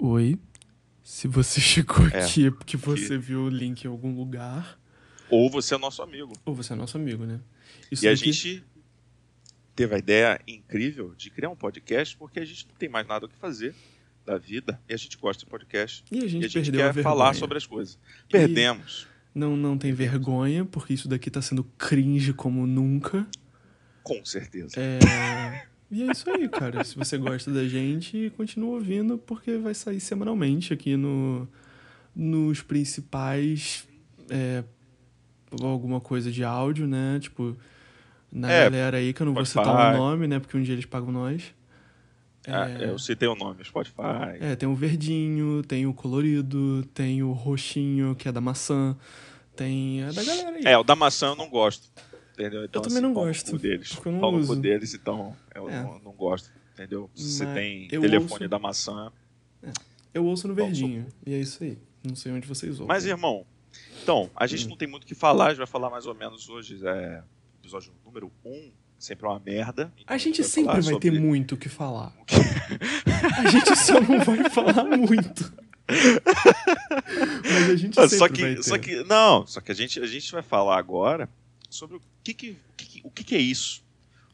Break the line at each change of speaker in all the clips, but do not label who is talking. Oi. Se você chegou
É,
aqui é porque você
porque-
viu o link em algum lugar,
Ou você é nosso amigo.
ou você é nosso amigo, né? Isso
E a
daqui-
gente teve a ideia incrível de criar um podcast porque a gente não tem mais nada o que fazer da vida e a gente gosta de podcast
e a gente
e a gente
perdeu a
quer
vergonha.
falar sobre as coisas. Perdemos.
Não, não tem vergonha, porque isso daqui tá sendo cringe como nunca.
Com certeza.
É... e é isso aí, cara. Se você gosta da gente, continua ouvindo, porque vai sair semanalmente aqui no... nos principais. É... Alguma coisa de áudio, né? Tipo, na
É,
galera aí, que eu não vou citar o
Spotify.
nome, né? Porque um dia eles pagam nós.
Ah, Eu citei o nome, Spotify.
É, tem o verdinho, tem o colorido, tem o roxinho, que é da maçã, tem a da galera aí.
É, o da maçã eu não gosto. Entendeu? Então,
também
assim,
não
pau no
gosto,
cu deles.
porque eu não
Pau no cu
uso.
deles, então eu
É.
não, não gosto. Entendeu? Se você
Mas
tem
eu
telefone
ouço-
da maçã.
Eu ouço no
Bom,
verdinho, e é isso aí. Não sei onde vocês ouvem.
Mas, irmão, então, a gente não tem muito o que falar, a gente vai falar mais ou menos hoje. É, episódio número 1, um, sempre é uma merda. Então,
A gente
vai falar
sempre vai ter
sobre-
muito o que falar. A gente só não vai falar muito. Mas a gente
Ah,
sempre
Só
vai
que,
ter.
só que. Não, só que a gente, a gente vai falar agora sobre o que, que, o que que- o que, que é isso.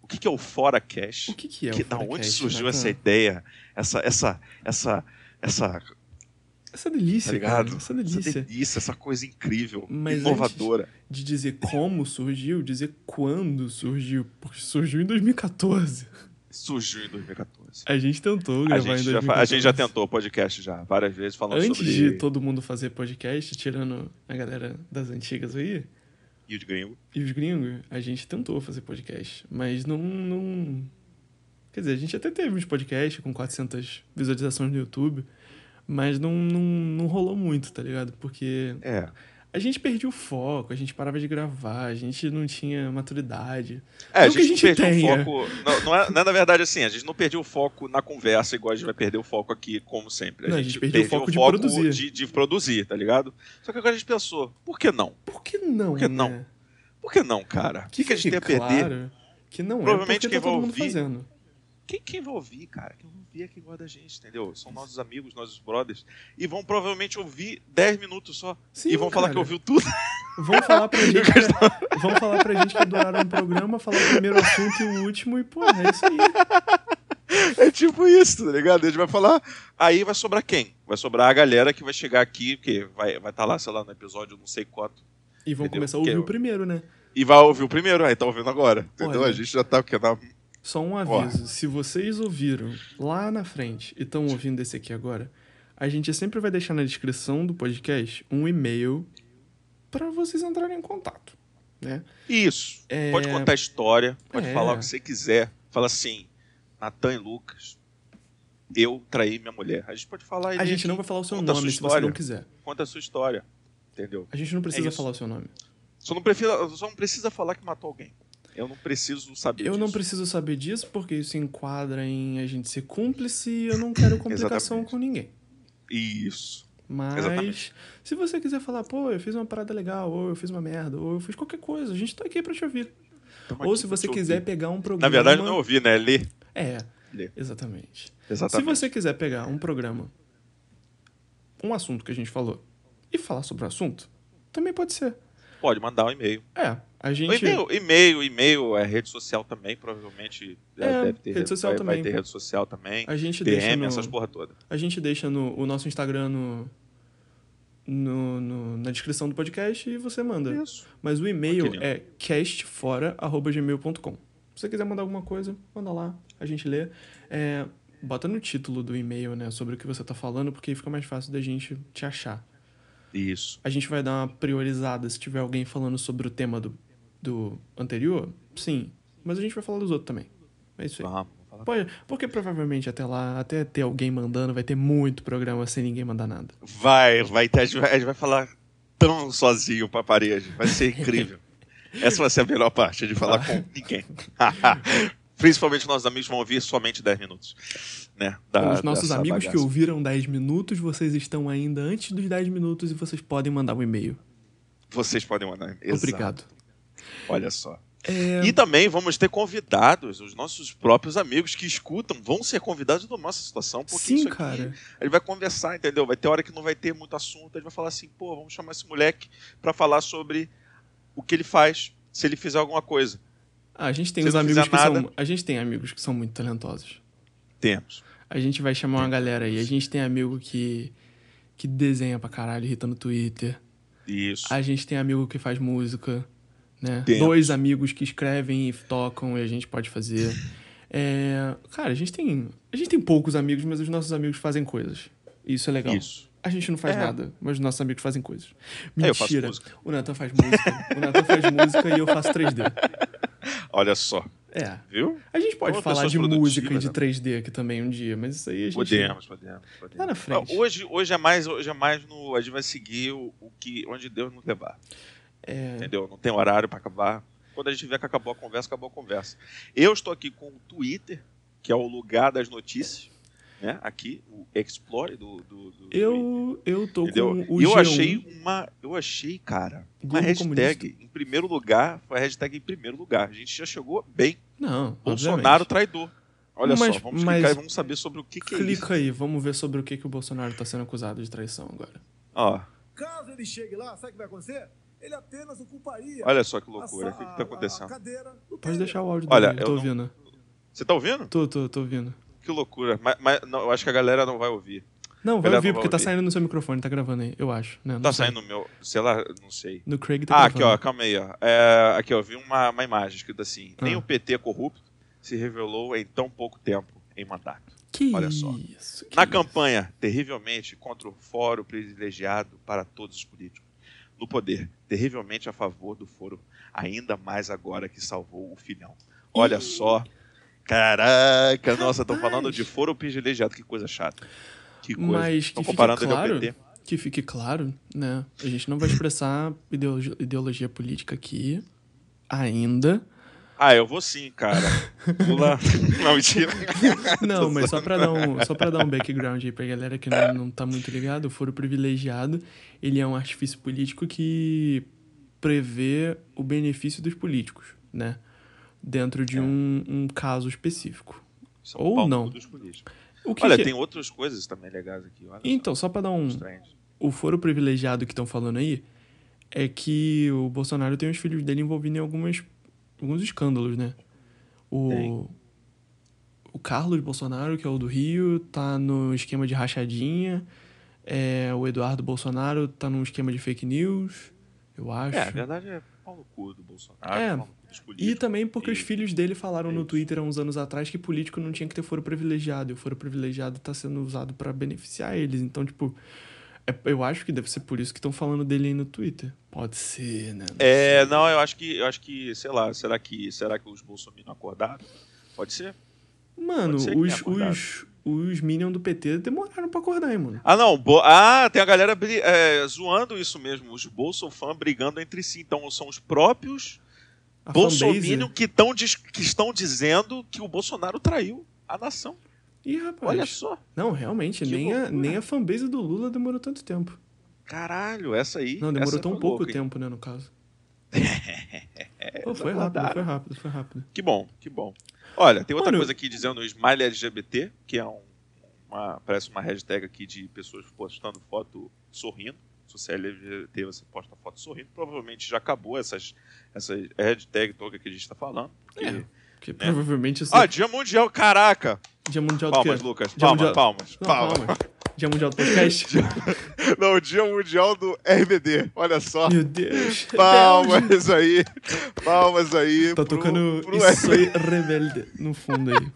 O que, que é o Fora Cash?
O que, que é
que,
o
da onde
Forecast,
surgiu
Natan?
essa ideia? Essa, essa, essa, essa
Essa
tá
delícia,
ligado?
cara. Essa
Essa
delícia.
delícia, essa coisa incrível,
Mas
inovadora.
De dizer como surgiu, dizer quando surgiu. Porque surgiu em 2014.
Surgiu em 2014.
A gente tentou
A
gravar
gente,
em
já,
2014.
fa- a gente já tentou o podcast já, várias vezes falando
Antes
sobre
de todo mundo fazer podcast, tirando a galera das antigas aí,
e de gringo.
e os gringos, a gente tentou fazer podcast, mas não, não... Quer dizer, a gente até teve uns podcasts com 400 visualizações no YouTube, mas não, não, não rolou muito, tá ligado? Porque
É.
a gente perdia o foco, a gente parava de gravar, a gente não tinha maturidade.
É, a
Não que a
gente,
gente
perdeu
tenha.
o foco. Não, não é, não é na verdade assim, a gente não perdeu o foco na conversa, igual a gente vai perder o foco aqui, como sempre.
Não, a gente perdeu o foco de produzir.
De, de produzir, tá ligado? Só que agora a gente pensou, por que não?
Por que não,
Por que não?
né?
Por que não, cara? O que, que a gente tem
fique
a perder?
claro que não
Provavelmente
é porque
quem
tá todo
vai
mundo
ouvir-
fazendo.
Quem, quem vai ouvir, cara? Quem vai ouvir é quem gosta da gente, entendeu? São nossos amigos, nossos brothers. E vão provavelmente ouvir 10 minutos só.
Sim,
e vão falar que
cara.
ouviu tudo.
Vão falar pra gente que, é- vão falar pra gente que adoraram o programa, falar o primeiro assunto e o último, e porra, é isso aí.
É tipo isso, tá ligado? A gente vai falar. Aí vai sobrar quem? Vai sobrar a galera que vai chegar aqui, que vai estar vai tá lá, sei lá, no episódio não sei quanto.
E vão
Entendeu?
começar a ouvir
Que-
o primeiro, né?
E vai ouvir o primeiro, aí tá ouvindo agora. Entendeu?
Olha.
A gente já tá porque na.
Só um aviso: se vocês ouviram lá na frente e estão ouvindo esse aqui agora, a gente sempre vai deixar na descrição do podcast um e-mail pra vocês entrarem em contato, né?
Isso.
É,
Pode contar história, pode
É.
falar o que você quiser. Fala assim, Natan e Lucas, eu traí minha mulher. A gente pode falar
A
ele
gente
aqui,
não vai falar o seu
conta a sua
nome se você
história.
não quiser.
conta a sua história. Entendeu?
A gente não precisa
isso.
falar o seu nome.
Só não, prefira, só não precisa falar que matou alguém. Eu não preciso saber.
Eu
disso.
não preciso saber disso porque isso enquadra em a gente ser cúmplice e eu não quero complicação
Exatamente.
com ninguém.
Isso.
Mas
Exatamente.
se você quiser falar, pô, eu fiz uma parada legal, ou eu fiz uma merda, ou eu fiz qualquer coisa, a gente tá aqui pra te ouvir.
Tamo
ou
aqui
se
pra
você
te
quiser
ouvir.
pegar um programa.
Na verdade, não é ouvir, né? É ler.
É,
Lê.
exatamente. Se
Exatamente.
você quiser pegar um programa, um assunto que a gente falou, e falar sobre o assunto, também pode ser.
Pode mandar um e-mail.
É, a
O
gente.
E-mail, e-mail, e-mail, é rede social também, provavelmente é,
É,
deve ter
rede social
vai, vai
também.
ter rede social também.
A gente deixa.
DM,
No,
essas porra toda.
A gente deixa no, o nosso Instagram no, no- no- na descrição do podcast e você manda.
Isso.
Mas o e-mail
Querido.
é castfora.gmail.com. Se você quiser mandar alguma coisa, manda lá, a gente lê. É, bota no título do e-mail, né, sobre o que você tá falando, porque aí fica mais fácil da gente te achar.
Isso.
A gente vai dar uma priorizada se tiver alguém falando sobre o tema do, do anterior, sim. Mas a gente vai falar dos outros também. É isso aí.
Vamos. vamos falar.
Pode- porque provavelmente até lá, até ter alguém mandando, vai ter muito programa sem ninguém mandar nada.
Vai, vai ter, a gente vai, a gente vai falar tão sozinho pra parede. Vai ser incrível. Essa vai ser a melhor parte, de falar com ninguém. Principalmente nossos amigos vão ouvir somente 10 minutos. Né, da-
Os nossos
dessa
amigos que
bagaça.
ouviram 10 minutos, vocês estão ainda antes dos 10 minutos e vocês podem mandar um e-mail.
Vocês podem mandar. Exato.
Obrigado.
Olha só.
É,
E também vamos ter convidados, os nossos próprios amigos que escutam vão ser convidados da nossa situação, porque
sim,
isso aqui
cara.
a gente vai conversar, entendeu? Vai ter hora que não vai ter muito assunto, a gente vai falar assim, pô, vamos chamar esse moleque pra falar sobre o que ele faz, se ele fizer alguma coisa.
Ah, a gente tem
Se
uns
não
amigos
fizer
que são.
nada-
A gente tem amigos que são muito talentosos.
Temos.
A gente vai chamar uma galera aí. A gente tem amigo que. que desenha pra caralho, irrita no Twitter.
Isso.
A gente tem amigo que faz música, né?
Temos.
Dois amigos que escrevem e tocam e a gente pode fazer. É, Cara, a gente tem. A gente tem poucos amigos, mas os nossos amigos fazem coisas. Isso é legal.
Isso.
A gente não faz
É.
nada, mas os nossos amigos fazem coisas.
É, eu faço
Mentira.
música.
O Nathan faz música. o Nathan faz música e eu faço 3D.
Olha só,
É.
viu?
A gente pode
Pô,
falar
pessoas
de música e
produtivas,
de
né?
3D aqui também um dia, mas isso aí a gente.
Podemos, podemos, podemos.
Lá na frente.
Ah, Hoje, hoje é mais, hoje é mais no. A gente vai seguir o, o que, onde Deus nos levar.
É,
Entendeu? Não tem horário pra acabar. Quando a gente vê que acabou a conversa, acabou a conversa. Eu estou aqui com o Twitter, que é o lugar das notícias, né? Aqui, o Explore do, do, do Twitter,
eu, eu tô
entendeu?
com o
E eu
G1.
achei uma, eu achei, cara,
Google
uma hashtag em primeiro lugar, foi a hashtag em primeiro lugar. A gente já chegou bem.
Não,
Bolsonaro tá- traidor. Olha
Mas-
só, vamos
mas-
clicar e vamos saber sobre o que, que é isso.
Clica aí, vamos ver sobre o que, que o Bolsonaro tá sendo acusado de traição agora.
Ó,
Caso ele chegue lá, sabe o que vai acontecer? Ele apenas ocuparia
olha só que
a
loucura, o
sa-
que, que
a-
tá
a
acontecendo?
cadeira do
Pode
Temer.
deixar o áudio
Olha,
dele, eu
eu
tô
não-
ouvindo.
Você tá ouvindo?
Tô, tô, tô ouvindo.
Que loucura. Mas, mas não, eu acho que a galera não vai ouvir.
Não, vai
Galera,
ouvir,
não vai
porque tá
ouvir.
saindo no seu microfone, tá gravando aí, eu acho. Né? Não
Tá
sei.
saindo o meu, sei lá, não sei.
No Craig tá
Ah, aqui
gravando.
ó, calma aí, ó. É, aqui ó, vi uma, uma imagem escrita assim: nem
Ah.
o PT corrupto se revelou em tão pouco tempo em mandato.
Que
Olha só.
isso. que
Na
isso.
campanha, terrivelmente contra o fórum privilegiado para todos os políticos. No poder, terrivelmente a favor do foro, ainda mais agora que salvou o filhão. Olha só. Caraca, nossa, estão
Rapaz.
falando de foro privilegiado, que coisa chata. Que coisa.
Mas
Estão
que fique
comparando ele
claro-
ao PT.
Que fique claro, né? A gente não vai expressar ideologia, ideologia política aqui ainda.
Ah, eu vou sim, cara. Lula. Não, mentira.
Não, mas só pra, dar um, só pra dar um background aí pra galera que não, não tá muito ligado, o foro privilegiado, ele é um artifício político que prevê o benefício dos políticos, né? Dentro
É.
de um, um caso específico.
Isso é
Ou
pau no
não.
cu dos políticos.
O que
Olha,
que-
tem outras coisas também legais aqui. Olha
Então, só pra dar
só,
um...
estranhas.
O foro privilegiado que estão falando aí é que o Bolsonaro tem os filhos dele envolvidos em algumas, alguns escândalos, né?
Tem.
O, o Carlos Bolsonaro, que é o do Rio, tá no esquema de rachadinha. É, o Eduardo Bolsonaro tá num esquema de fake news, eu acho.
É, a verdade é pau no cu do Bolsonaro,
É.
pau no cu dos políticos.
E também porque os
E-
filhos dele falaram
é
no
isso.
Twitter há uns anos atrás que político não tinha que ter foro privilegiado. E o foro privilegiado tá sendo usado pra beneficiar eles. Então, tipo, é- eu acho que deve ser por isso que estão falando dele aí no Twitter. Pode ser, né?
É, não, eu acho que, eu acho que, sei lá, será que, será que os bolsominions acordaram? Pode ser?
Mano,
pode ser que tenha
os,
acordado.
os, os Minion do PT demoraram pra acordar, hein, mano.
Ah, não, bo- ah, tem a galera bri- é, zoando isso mesmo, os bolsofãs brigando entre si, então são os próprios
A
bolsominions
fanbase-
que, tão dis- que estão dizendo que o Bolsonaro traiu a nação.
Ih, rapaz.
Olha só.
Não, realmente,
Que
nem a,
loucura.
nem a fanbase do Lula demorou tanto tempo.
Caralho, essa aí.
Não, demorou
essa
tão
foi
pouco
louca, hein?
tempo, né, no caso. Pô, foi
acordaram.
rápido, foi rápido, foi rápido.
Que bom, que bom. Olha, tem outra
Mano,
coisa aqui dizendo o Smile LGBT, que é um, uma, parece uma hashtag aqui de pessoas postando foto sorrindo. Se você é LGBT, você posta foto sorrindo. Provavelmente já acabou essas, essas hashtag toda que a gente está falando. porque-
É. Porque provavelmente isso
Ah, Dia Mundial, caraca!
Dia Mundial do
Palmas,
quê?
Lucas.
Dia
Palmas,
Mundial-
palmas,
Não,
palmas.
calma. Dia Mundial do Podcast?
Não, Dia Mundial do RBD, olha só.
Meu Deus.
Palmas aí, palmas aí.
Tá
pro-
tocando
pro
Isso aí, Rebelde, no fundo aí.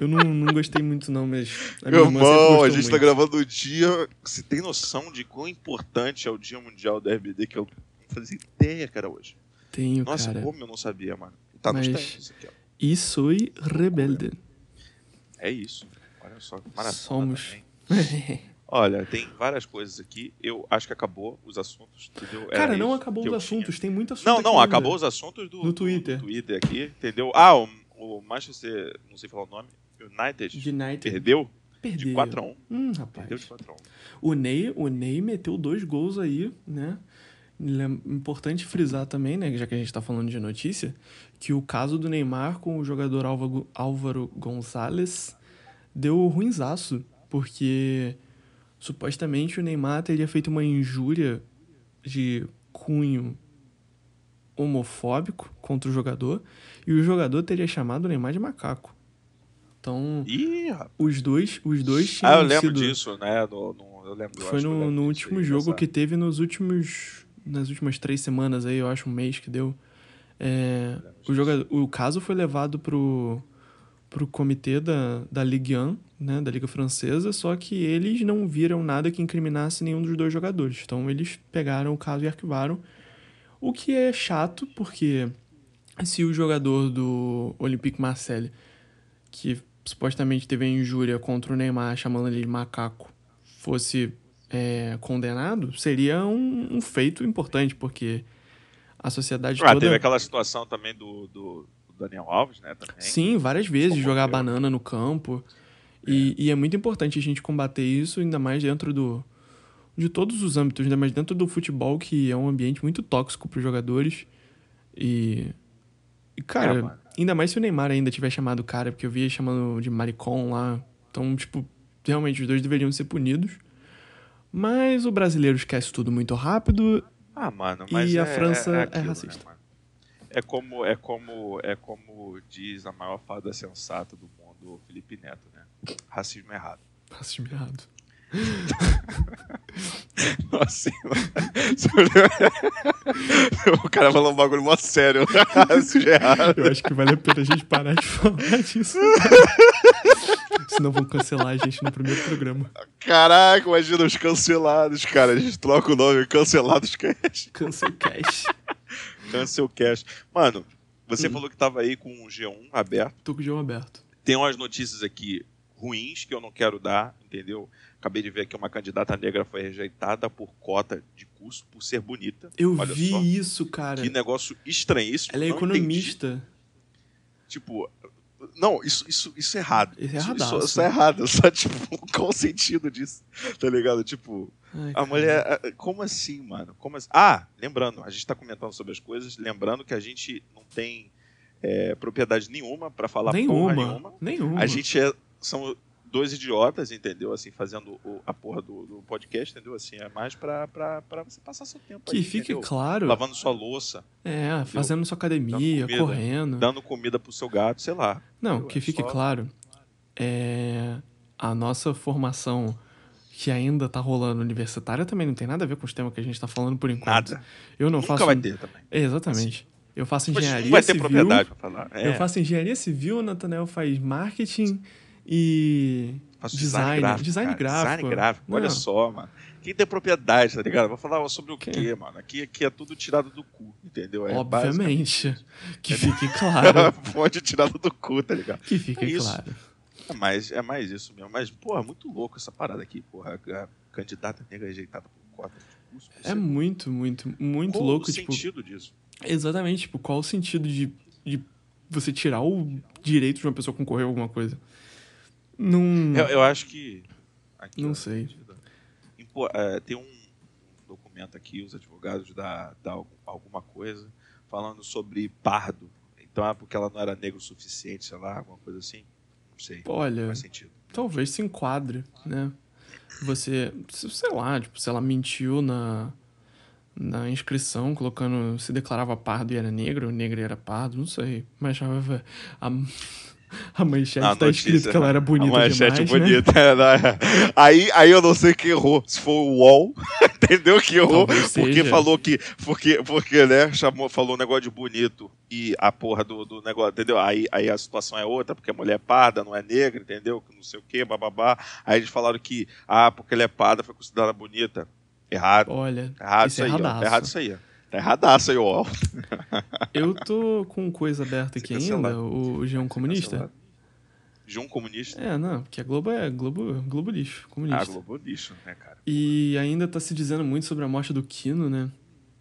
Eu não, não gostei muito não, mas... a minha
Meu
irmã sempre
irmão,
gostou
a gente tá
muito.
gravando o dia. Você tem noção de quão importante é o Dia Mundial da RBD que eu não fazia ideia, cara, hoje.
Tenho,
Nossa,
cara.
como eu não sabia, mano. Tá
Mas-
nos tempos aqui, ó.
E sou rebelde.
É isso. Olha só, que maratona
Somos.
também. Olha, tem várias coisas aqui. Eu acho que acabou os assuntos, entendeu? Era
cara, não
isso
acabou
que
os
eu
assuntos, tem muito assunto
tinha. Não,
aqui
não,
ainda.
acabou os assuntos do,
No Twitter.
do Twitter aqui, entendeu? Ah, o, o Manchester, não sei falar o nome, United
United
perdeu
perdeu.
de 4x1.
Hum, rapaz.
Perdeu de 4x1.
O Ney, o Ney meteu dois gols aí, né? É importante frisar também, né, já que a gente está falando de notícia, que o caso do Neymar com o jogador Álvago- Álvaro Gonzalez deu ruinzaço, porque supostamente o Neymar teria feito uma injúria de cunho homofóbico contra o jogador e o jogador teria chamado o Neymar de macaco. Então,
Ih, rapaz.
os dois, os dois tinham
Ah, eu lembro
sido
disso, né? No, no- eu lembro, eu
foi
acho que eu
no, no
lembro disso
último
aí,
jogo
dessa-
que teve nos últimos. Nas últimas três semanas aí, eu acho, um mês que deu. É, o, jogador, o caso foi levado pro, pro comitê da, da Ligue 1, né? Da Liga Francesa, só que eles não viram nada que incriminasse nenhum dos dois jogadores. Então eles pegaram o caso e arquivaram. O que é chato, porque se o jogador do Olympique Marseille, que supostamente teve a injúria contra o Neymar, chamando ele de macaco, fosse é, condenado, seria um, um feito importante, porque a sociedade
Ah,
toda...
teve aquela situação também do, do- do Daniel Alves, né? Também.
Sim, várias vezes,
Como é?
jogar
eu.
banana no campo. E, e é muito importante a gente combater isso, ainda mais dentro do. de todos os âmbitos, ainda mais dentro do futebol, que é um ambiente muito tóxico para os jogadores. E. e,
É,
cara,
mano.
ainda mais se o Neymar ainda tiver chamado o cara, porque eu via chamando de maricon lá. Então, tipo, realmente os dois deveriam ser punidos. Mas o brasileiro esquece tudo muito rápido.
Ah, mano, mas
E
é,
a França
é,
é
aquilo, né,
racista.
mano? é como é como é como diz a maior fada sensata do mundo, o Felipe Neto, né? Racismo é errado.
Nossa, time errado.
Nossa, o cara falou um bagulho mó sério. Racismo é errado.
Eu acho que vale a pena a gente parar de falar disso. Senão vão cancelar a gente no primeiro programa.
Caraca, imagina os cancelados, cara. A gente troca o nome, cancelados é cash.
Cancel Cash.
Cancel cash. Mano, você
Uhum.
falou que tava aí com o G1 aberto.
Tô com o João aberto.
Tem umas notícias aqui ruins que eu não quero dar, entendeu? Acabei de ver que uma candidata negra foi rejeitada por cota de curso por ser bonita.
Eu
Olha
vi
só.
isso, cara.
Que negócio estranhíssimo.
Ela é
não entendi.
economista.
Tipo, não, isso, isso, isso é errado.
Isso é
isso,
erradaço.
isso é errado. Só, tipo, qual o sentido disso? Tá ligado? Tipo,
Ai,
a
cara.
mulher. a- Como assim, mano? Como assim? Ah, lembrando, a gente tá comentando sobre as coisas, lembrando que a gente não tem é, propriedade nenhuma pra falar
nenhuma,
porra nenhuma.
Nenhuma.
A gente é, são dois idiotas, entendeu? Assim, fazendo o- a porra do, do podcast, entendeu? Assim, é mais pra, pra, pra você passar seu tempo
Que
aí,
fique
entendeu?
claro.
Lavando sua louça,
É, fazendo sua academia,
Dando comida.
correndo.
dando comida pro seu gato, sei lá.
Não,
entendeu?
que
É
fique
só-
claro. É. A nossa formação que ainda tá rolando universitária também não tem nada a ver com os temas que a gente tá falando por enquanto.
Nada.
Eu não
Nunca
faço.
vai ter também.
É, Exatamente. Eu faço
Mas
engenharia
não vai ter
civil.
propriedade pra falar. É,
Eu faço engenharia civil, o Nathanael faz marketing e.
faço
design, design
cara.
gráfico. Ah.
Design gráfico, olha
Não.
só, mano. Quem tem propriedade, tá ligado? Vou falar sobre o
Quem?
quê, mano? Aqui, aqui é tudo tirado do cu, entendeu? É
obviamente. Que fique claro.
basicamente- Fonte tirado do cu, tá ligado?
que fique
É isso.
claro.
É mais, é mais isso mesmo. Mas, porra, muito louco essa parada aqui, porra. A, a candidata negra rejeitada por cota de curso.
É muito, muito, muito
Qual
louco.
o
Tipo,
sentido disso?
exatamente. Tipo, qual o sentido de, de você tirar o direito de uma pessoa concorrer a alguma coisa? Não.
Eu, eu acho que. aqui,
Hum. Não
ó,
sei.
impo- é, tem um documento aqui, os advogados da, da algu- alguma coisa, falando sobre pardo. Então, ah, porque ela não era negra o suficiente, sei lá, alguma coisa assim. Não sei. Não
Olha,
faz sentido.
talvez se enquadre, né? Você, se- sei lá, tipo, se ela mentiu na, na inscrição, colocando se declarava pardo e era negro, ou negro e era pardo, não sei. Mas chamava. A, a manchete
Na
tá escrito
Ah, notícia,
que ela era bonita
A manchete
demais, né?
bonita. é, não, é. Aí, aí eu não sei quem errou. Se foi o UOL, entendeu? Que errou.
Talvez
Porque
seja.
falou que. Porque, porque né? Chamou, falou um negócio de bonito e a porra do, do negócio, entendeu? Aí, aí a situação é outra, porque a mulher é parda, não é negra, entendeu? Que não sei o quê, bababá. Aí eles falaram que, ah, porque ela é parda, foi considerada bonita. Errado.
Olha,
Tá errado
isso
isso,
é
aí, ó. Tá
erradaço.
errado isso aí, ó. Tá erradaço aí, UOL.
eu tô com coisa aberta aqui
Vai ser cancelado.
ainda, o, o G1 comunista.
João Tá comunista.
É, não, porque a Globo é Globo, Globo lixo, comunista.
Ah, Globo lixo, né, cara?
E ainda tá se dizendo muito sobre a morte do Kino, né?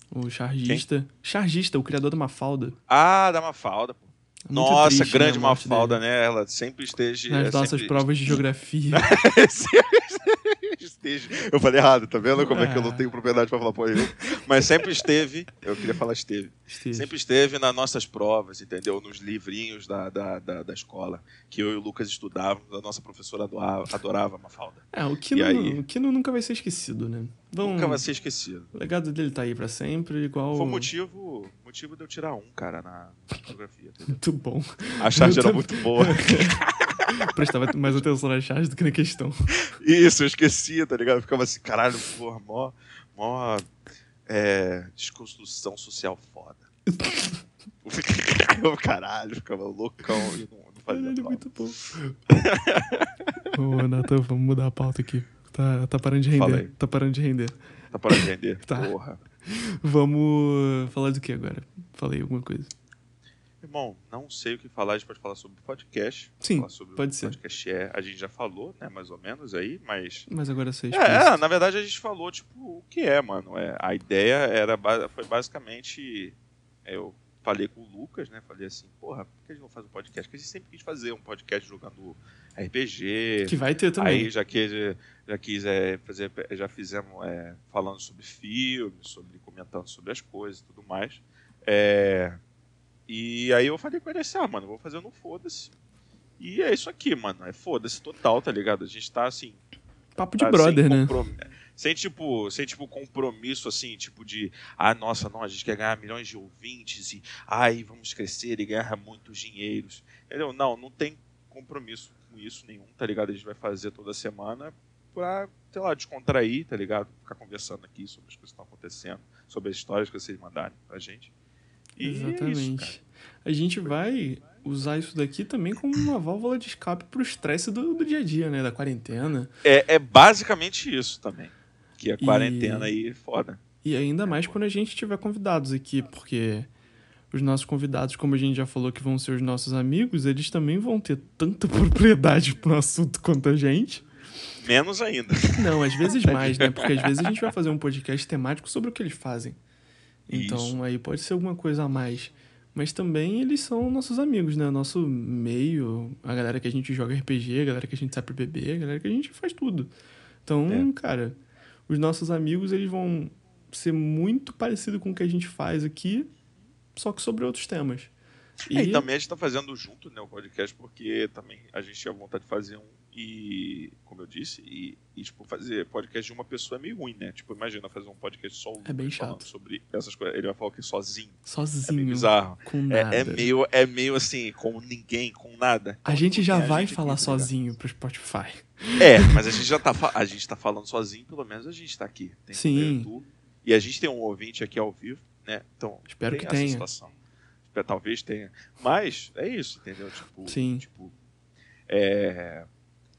O chargista. Chargista, o criador da Mafalda.
Ah, dá uma falda, pô.
É muito
Nossa,
triste, né,
grande
a morte
Mafalda, né? Ela sempre esteja.
dele. Nas
é,
nossas
sempre-
provas de geografia.
sempre esteve. Eu falei errado, tá vendo como é que eu não
Ah.
tenho propriedade pra falar por ele? Mas sempre esteve, eu queria falar esteve.
Esteve.
Sempre esteve nas nossas provas, entendeu? Nos livrinhos da, da, da, da escola, que eu e o Lucas estudávamos, a nossa professora adoava, adorava a Mafalda.
É, o Kino,
E aí?
o Kino nunca vai ser esquecido, né? Vamos-
Nunca vai ser esquecido.
O legado dele tá aí pra sempre, igual.
Foi um motivo, motivo de eu tirar um, cara, na fotografia. entendeu?
Muito bom.
A charge
Eu
era
também.
muito boa.
Prestava mais atenção nas charges do que na questão.
Isso, eu esquecia, tá ligado? Eu ficava assim, caralho, porra, mó, mó é, desconstrução social foda. Eu, caralho, ficava loucão e não, não fazia
Caralho,
prova.
muito bom. Ô, Nathan, vamos mudar a pauta aqui. Tá, tá parando de
Fala
render.
aí.
Tá parando de render.
Tá para vender,
Tá.
porra.
Vamos falar do que agora? Falei alguma coisa.
Irmão, não sei o que falar, a gente pode falar sobre podcast.
Sim,
falar sobre
pode
o
ser.
podcast é, a gente já falou, né, mais ou menos aí, mas...
Mas agora você
É, é, na verdade a gente falou, tipo, o que é, mano. É, a ideia era, ba- foi basicamente. é, Eu falei com o Lucas, né? Falei assim, porra, por que a gente não faz um podcast? Porque a gente sempre quis fazer um podcast jogando RPG.
Que vai ter também.
É, Aí já quis, já quis é, fazer, já fizemos é, falando sobre filmes, sobre comentando sobre as coisas e tudo mais. É, e aí eu falei com ele assim, ah, mano, eu vou fazer um foda-se. E é isso aqui, mano. É foda-se total, tá ligado? A gente tá assim,
Papo de
ah,
brother, né?
comprom- Sem tipo, sem tipo compromisso assim, tipo de, ah, nossa, não, a gente quer ganhar milhões de ouvintes e ai, vamos crescer e ganhar muitos dinheiros. Entendeu? Não, não tem compromisso com isso nenhum, tá ligado? A gente vai fazer toda semana pra, sei lá, descontrair, tá ligado? Ficar conversando aqui sobre as coisas que estão acontecendo, sobre as histórias que vocês mandarem pra gente. E é isso,
Exatamente.
cara.
a gente vai usar isso daqui também como uma válvula de escape pro estresse do, do dia a dia, né? Da quarentena.
é, é basicamente isso também. Que a quarentena aí, é foda.
E
É,
ainda mais quando a gente tiver convidados aqui, porque os nossos convidados, como a gente já falou que vão ser os nossos amigos, eles também vão ter tanta propriedade pro assunto quanto a gente.
Menos ainda.
Não, às vezes mais, né? Porque às vezes a gente vai fazer um podcast temático sobre o que eles fazem. Então
Isso.
aí pode ser alguma coisa a mais. Mas também eles são nossos amigos, né? Nosso meio, a galera que a gente joga RPG, a galera que a gente sabe beber, a galera que a gente faz tudo. Então,
É.
cara, os nossos amigos eles vão ser muito parecido com o que a gente faz aqui, só que sobre outros temas.
É, E... também a gente tá fazendo junto, né, o podcast, porque também a gente tinha vontade de fazer um e, como eu disse, e, e, tipo, fazer podcast de uma pessoa é meio ruim, né? Tipo, imagina fazer um podcast só o Lucas
É bem
falando
chato.
sobre essas coisas. Ele vai falar que sozinho. É meio
sozinho,
bizarro.
com nada.
É, é meio, é meio assim, com ninguém, com nada.
A gente já
É, a
vai
gente
falar
aqui, tá ligado?
sozinho pro Spotify.
É, mas a gente já tá, fa- a gente tá falando sozinho, pelo menos a gente tá aqui. Tem
Sim.
eu, tu, e a gente tem um ouvinte aqui ao vivo, né? Então,
Espero
tem
que
essa
tenha.
situação. Espe- Talvez tenha. Mas é isso, entendeu? Tipo,
Sim.
tipo é,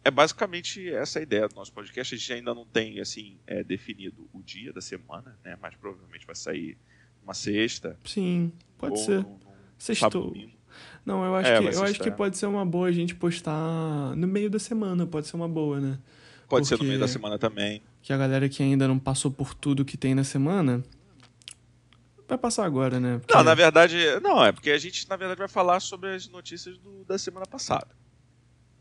é basicamente essa a ideia do nosso podcast. A gente ainda não tem assim é, definido o dia da semana, né? Mas provavelmente vai sair uma sexta.
Sim, pode
ou
ser.
num- num sábado,
Sextou.
domingo.
Não, eu acho, que,
É, vai
eu acho
assustar.
que pode ser uma boa a gente postar no meio da semana, pode ser uma boa, né?
Pode ser no
Porque-
meio da semana também.
Que a galera que ainda não passou por tudo que tem na semana vai passar agora, né? Porque-
Não, na verdade, não, é porque a gente, na verdade, vai falar sobre as notícias do- da semana passada.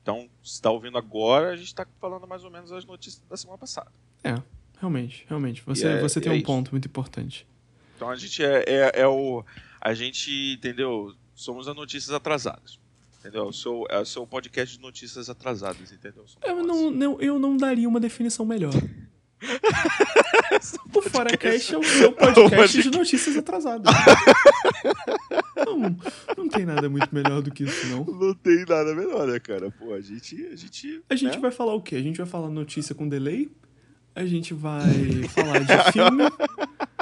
Então, se tá ouvindo agora, a gente tá falando mais ou menos as notícias da semana passada.
É, realmente, realmente. Você,
E é-
você
e
tem
é
um
isso.
ponto muito importante.
Então a gente é, é- é o. A gente, entendeu? Somos as notícias atrasadas. Entendeu? É o seu, é o seu podcast de notícias atrasadas, entendeu? Somos
Eu
nós.
não, não- eu não daria uma definição melhor. o Foracast é o seu podcast de notícias atrasadas. não, não tem nada muito melhor do que isso, não.
Não tem nada melhor, né, cara? Pô, a gente. A gente,
A gente
né?
vai falar o quê? A gente vai falar notícia com delay? A gente vai falar de filme?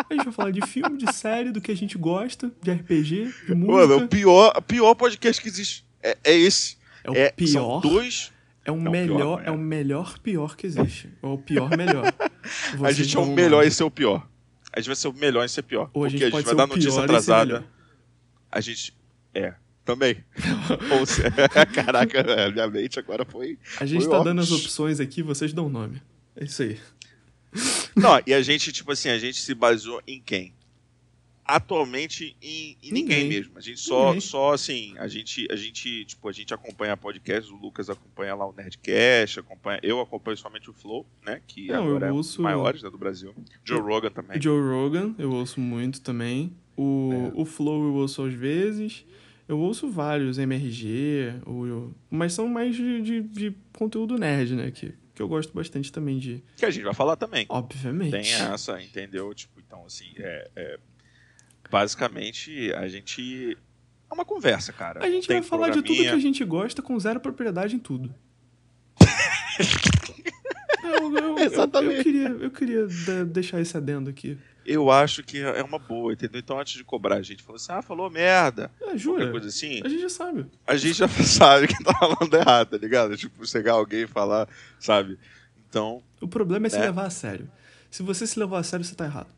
A gente vai falar de filme, de série, do que a gente gosta, de RPG, de música.
Mano, o pior, o pior podcast que existe é, é esse.
é o
É, São
pior,
dois
é o
não,
melhor,
pior não é.
é o melhor pior que existe. É o pior melhor.
a
Vocês
gente é o
vão
melhor
lá.
em ser o pior. A gente vai ser o melhor em ser pior.
Ou a
Porque
gente pode
vai
ser
dar
o
notícia
pior e ser
atrasada.
melhor.
A gente. É, também. Ou se- Caraca, é, minha mente agora foi.
A gente
Foi
tá
ótimo.
dando as opções aqui, vocês dão o nome. É isso aí.
Não, e a gente, tipo assim, a gente se baseou em quem? atualmente em, em ninguém.
Ninguém.
mesmo. A gente só,
Ninguém.
só assim, a gente, a gente, tipo, a gente acompanha podcast, o Lucas acompanha lá o Nerdcast, acompanha, eu acompanho somente o Flow, né, que
Não, eu
agora é um dos
ouço-
maiores né, do Brasil. Joe Rogan também.
O Joe Rogan, eu ouço muito também.
É.
O, o Flow eu ouço às vezes. Eu ouço vários, MRG, o, mas são mais de, de, de conteúdo nerd, né? Que, que eu gosto bastante também de.
Que a gente vai falar também.
Obviamente.
Tem essa, entendeu? Tipo, então, assim, é, é- basicamente a gente. É uma conversa, cara.
A gente
Tem
vai falar de tudo que
programinha.
a gente gosta com zero propriedade em tudo. eu, eu- eu-
Exatamente.
Eu queria, eu queria de- deixar esse adendo aqui.
Eu acho que é uma boa, entendeu? Então, antes de cobrar, a gente falou assim: ah, falou merda,
Ah,
qualquer
jura?
coisa assim.
A gente já sabe.
A gente já sabe que tá falando errado, tá ligado? Tipo, chegar alguém e falar, sabe? Então,
O problema é se
É.
levar a sério. Se você se levar a sério, você tá errado.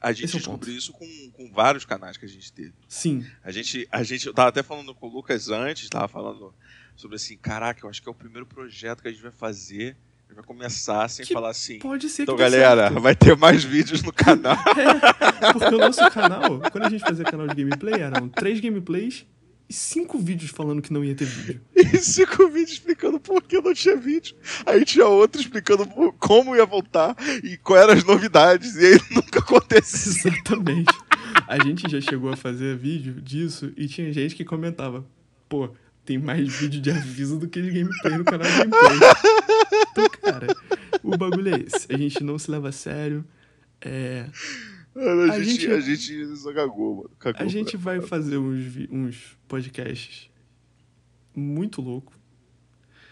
a gente
Esse é o
descobriu isso com, com vários canais que a gente teve.
Sim.
A gente, a gente, eu tava até falando com o Lucas antes, tava falando sobre assim, caraca, eu acho que é o primeiro projeto que a gente vai fazer. A gente vai começar sem
Que
falar assim.
Pode ser
Então,
que dê
galera,
certo.
vai ter mais vídeos no canal.
É, porque o nosso canal, quando a gente fazia canal de gameplay, eram três gameplays e cinco vídeos falando que não ia ter vídeo.
e cinco vídeos explicando por que não tinha vídeo. Aí tinha outro explicando por- como ia voltar e quais eram as novidades. E aí nunca aconteceu.
Exatamente. A gente já chegou a fazer vídeo disso e tinha gente que comentava: pô, tem mais vídeo de aviso do que de gameplay no canal de gameplay. Então, cara, o bagulho é esse. A gente não se leva a sério. É,
Mano, a,
A
gente,
gente-
a gente só cagou, mano. Cagou,
a gente
né?
vai fazer uns, vi- uns podcasts muito louco.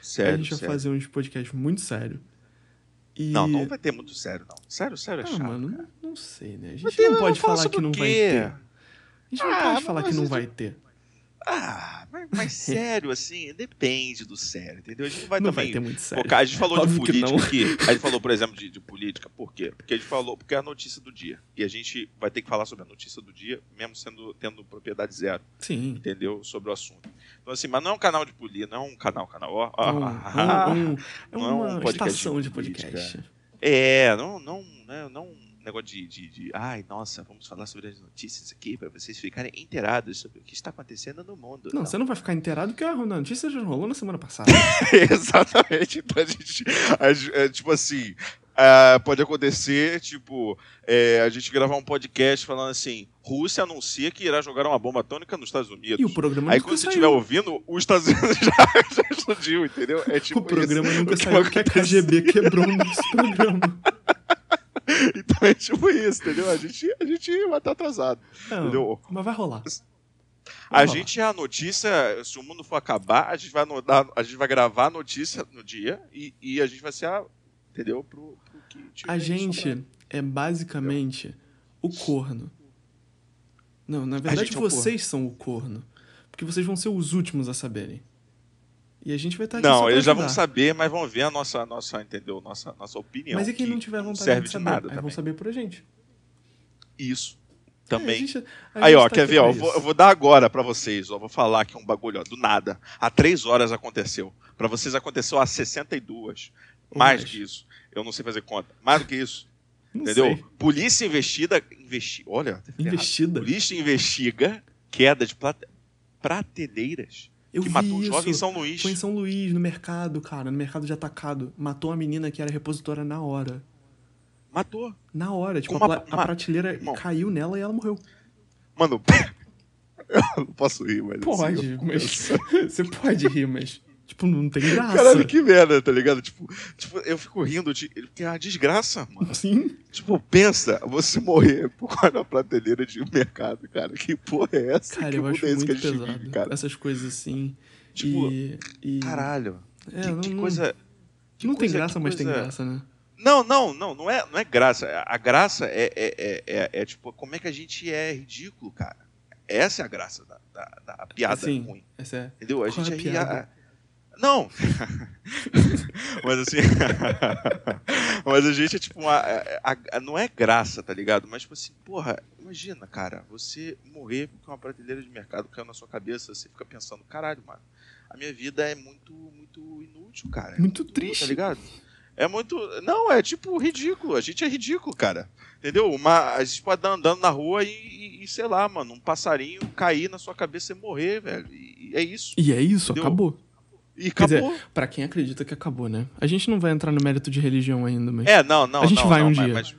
a
Sério,
gente vai
sério.
fazer uns podcasts muito sério. E...
Não, não vai ter muito sério, não. Sério, sério, é
Ah,
chato.
mano,
cara.
não, não sei, né? A
Mas
gente
tem-
não pode
mas fala
falar
sobre
que não
o
vai
quê?
ter. A gente não
Ah,
pode
mas
falar que
a
não
gente-
vai ter.
Ah, mas, mas sério, assim, depende do sério, entendeu? A gente não vai
É. não vai
também
ter muito sério.
focar. A gente falou de
Óbvio que
política
não.
aqui. A gente falou, por exemplo, de, de política. Por quê? Porque a gente falou, porque é a notícia do dia. E a gente vai ter que falar sobre a notícia do dia, mesmo sendo tendo propriedade zero,
Sim.
entendeu? Sobre o assunto. Então, assim, mas não é um canal de política, não é um canal, canal. Ó,
É
ó,
um-
ah,
é um- é
não é um
uma
podcast
estação
de
de
política.
podcast.
É, não, não, né, não um negócio de, de, de, ai, nossa, vamos falar sobre as notícias aqui para vocês ficarem inteirados sobre o que está acontecendo no mundo.
Não, você não vai ficar inteirado porque a notícia já rolou na semana passada.
Exatamente. Então a gente, a gen- é, tipo assim, ah, pode acontecer, tipo, é, a gente gravar um podcast falando assim, Rússia anuncia que irá jogar uma bomba atômica nos Estados Unidos.
e o programa
Aí
nunca
quando você um
saiu.
estiver ouvindo, os Estados Unidos já, já explodiu, entendeu? É tipo
o programa
isso.
nunca
O que
saiu porque a
aconteceu?
KGB quebrou o nosso programa.
Então é tipo isso, entendeu? A gente, a gente vai estar atrasado.
Não,
Entendeu?
mas vai rolar.
A
Vai rolar.
gente é a notícia, se o mundo for acabar, a gente vai, anotar- a gente vai gravar a notícia no dia e, e a gente vai ser a. Entendeu? Pro, pro que tiver
A
aí sobrando.
gente é basicamente o corno. Não, na verdade
gente é o
vocês são o corno. Porque vocês vão ser os últimos a saberem. E a gente vai estar Tá aqui só
Não,
pra
eles já
ajudar.
vão saber, mas vão ver a nossa, nossa entendeu? Nossa, nossa opinião.
Mas e quem
que
não tiver vontade
serve
de saber?
nada
aí
também.
vão saber por a gente.
Isso.
É, a
Também.
gente- a
aí,
gente
ó,
tá
quer
aqui
ver? Ó,
pra
eu vou,
isso.
eu vou dar agora pra vocês, ó. Vou falar que é um bagulho, ó, do nada. Há três horas aconteceu. Pra vocês aconteceu há 62.
Ou
mais
mais.
que isso. Eu não sei fazer conta. Mais do que isso.
Não
Entendeu?
sei.
Polícia investida. Investi... Olha, tá errado.
Investida.
Polícia investiga queda de plate- prateleiras
Eu
que
vi
matou um
isso.
jovem em São Luís.
Foi em São Luís, no mercado, cara. No mercado de atacado. Matou uma menina que era repositora na hora.
Matou.
Na hora. Tipo,
Com
a,
uma-
pla- a
uma-
prateleira
Irmão.
caiu nela e ela morreu.
Mano, eu não posso rir, mas. assim,
Pode,
eu-
mas... Você pode rir, mas... Tipo, não tem graça.
Caralho, que merda, tá ligado? Tipo, tipo, eu fico rindo, de- porque é uma desgraça, mano.
Sim.
Tipo, pensa, você morrer por causa da prateleira de mercado, cara. Que porra é essa?
Cara,
que
eu
mundo
acho
é esse
muito
que a gente
pesado.
vive, cara?
Essas coisas assim.
Tipo,
e, e-
Caralho.
é,
que,
não,
que
não-
coisa. que
não tem
coisa- que
graça, mas tem
coisa-
graça, né?
Não, não, não, não é, não é graça. A a graça é, é, é, é- é, tipo, como é que a gente é ridículo, cara. Essa é a graça da, da- da piada
Assim,
ruim.
Essa é.
Entendeu? A
qual
gente
é
é
a
ri-
piada?
a- Não! Mas assim. Mas a gente é tipo uma. a- a- a- não é graça, tá ligado? Mas tipo assim, porra, imagina, cara, você morrer porque uma prateleira de mercado caiu na sua cabeça, você fica pensando, caralho, mano, a minha vida é muito, muito inútil, cara. É
Muito
Tá
triste.
ligado? É muito. Não, é tipo ridículo. A gente é ridículo, cara. Entendeu? Uma... A gente pode estar andando na rua e, e- e, sei lá, mano, um passarinho cair na sua cabeça e morrer, velho. E, e é isso.
E é isso,
Entendeu?
acabou.
E
Quer dizer,
acabou.
pra quem acredita que acabou, né? A gente não vai entrar no mérito de religião ainda, mas.
É, não, não.
A gente
não,
vai
não,
um
mas-
dia.
mas-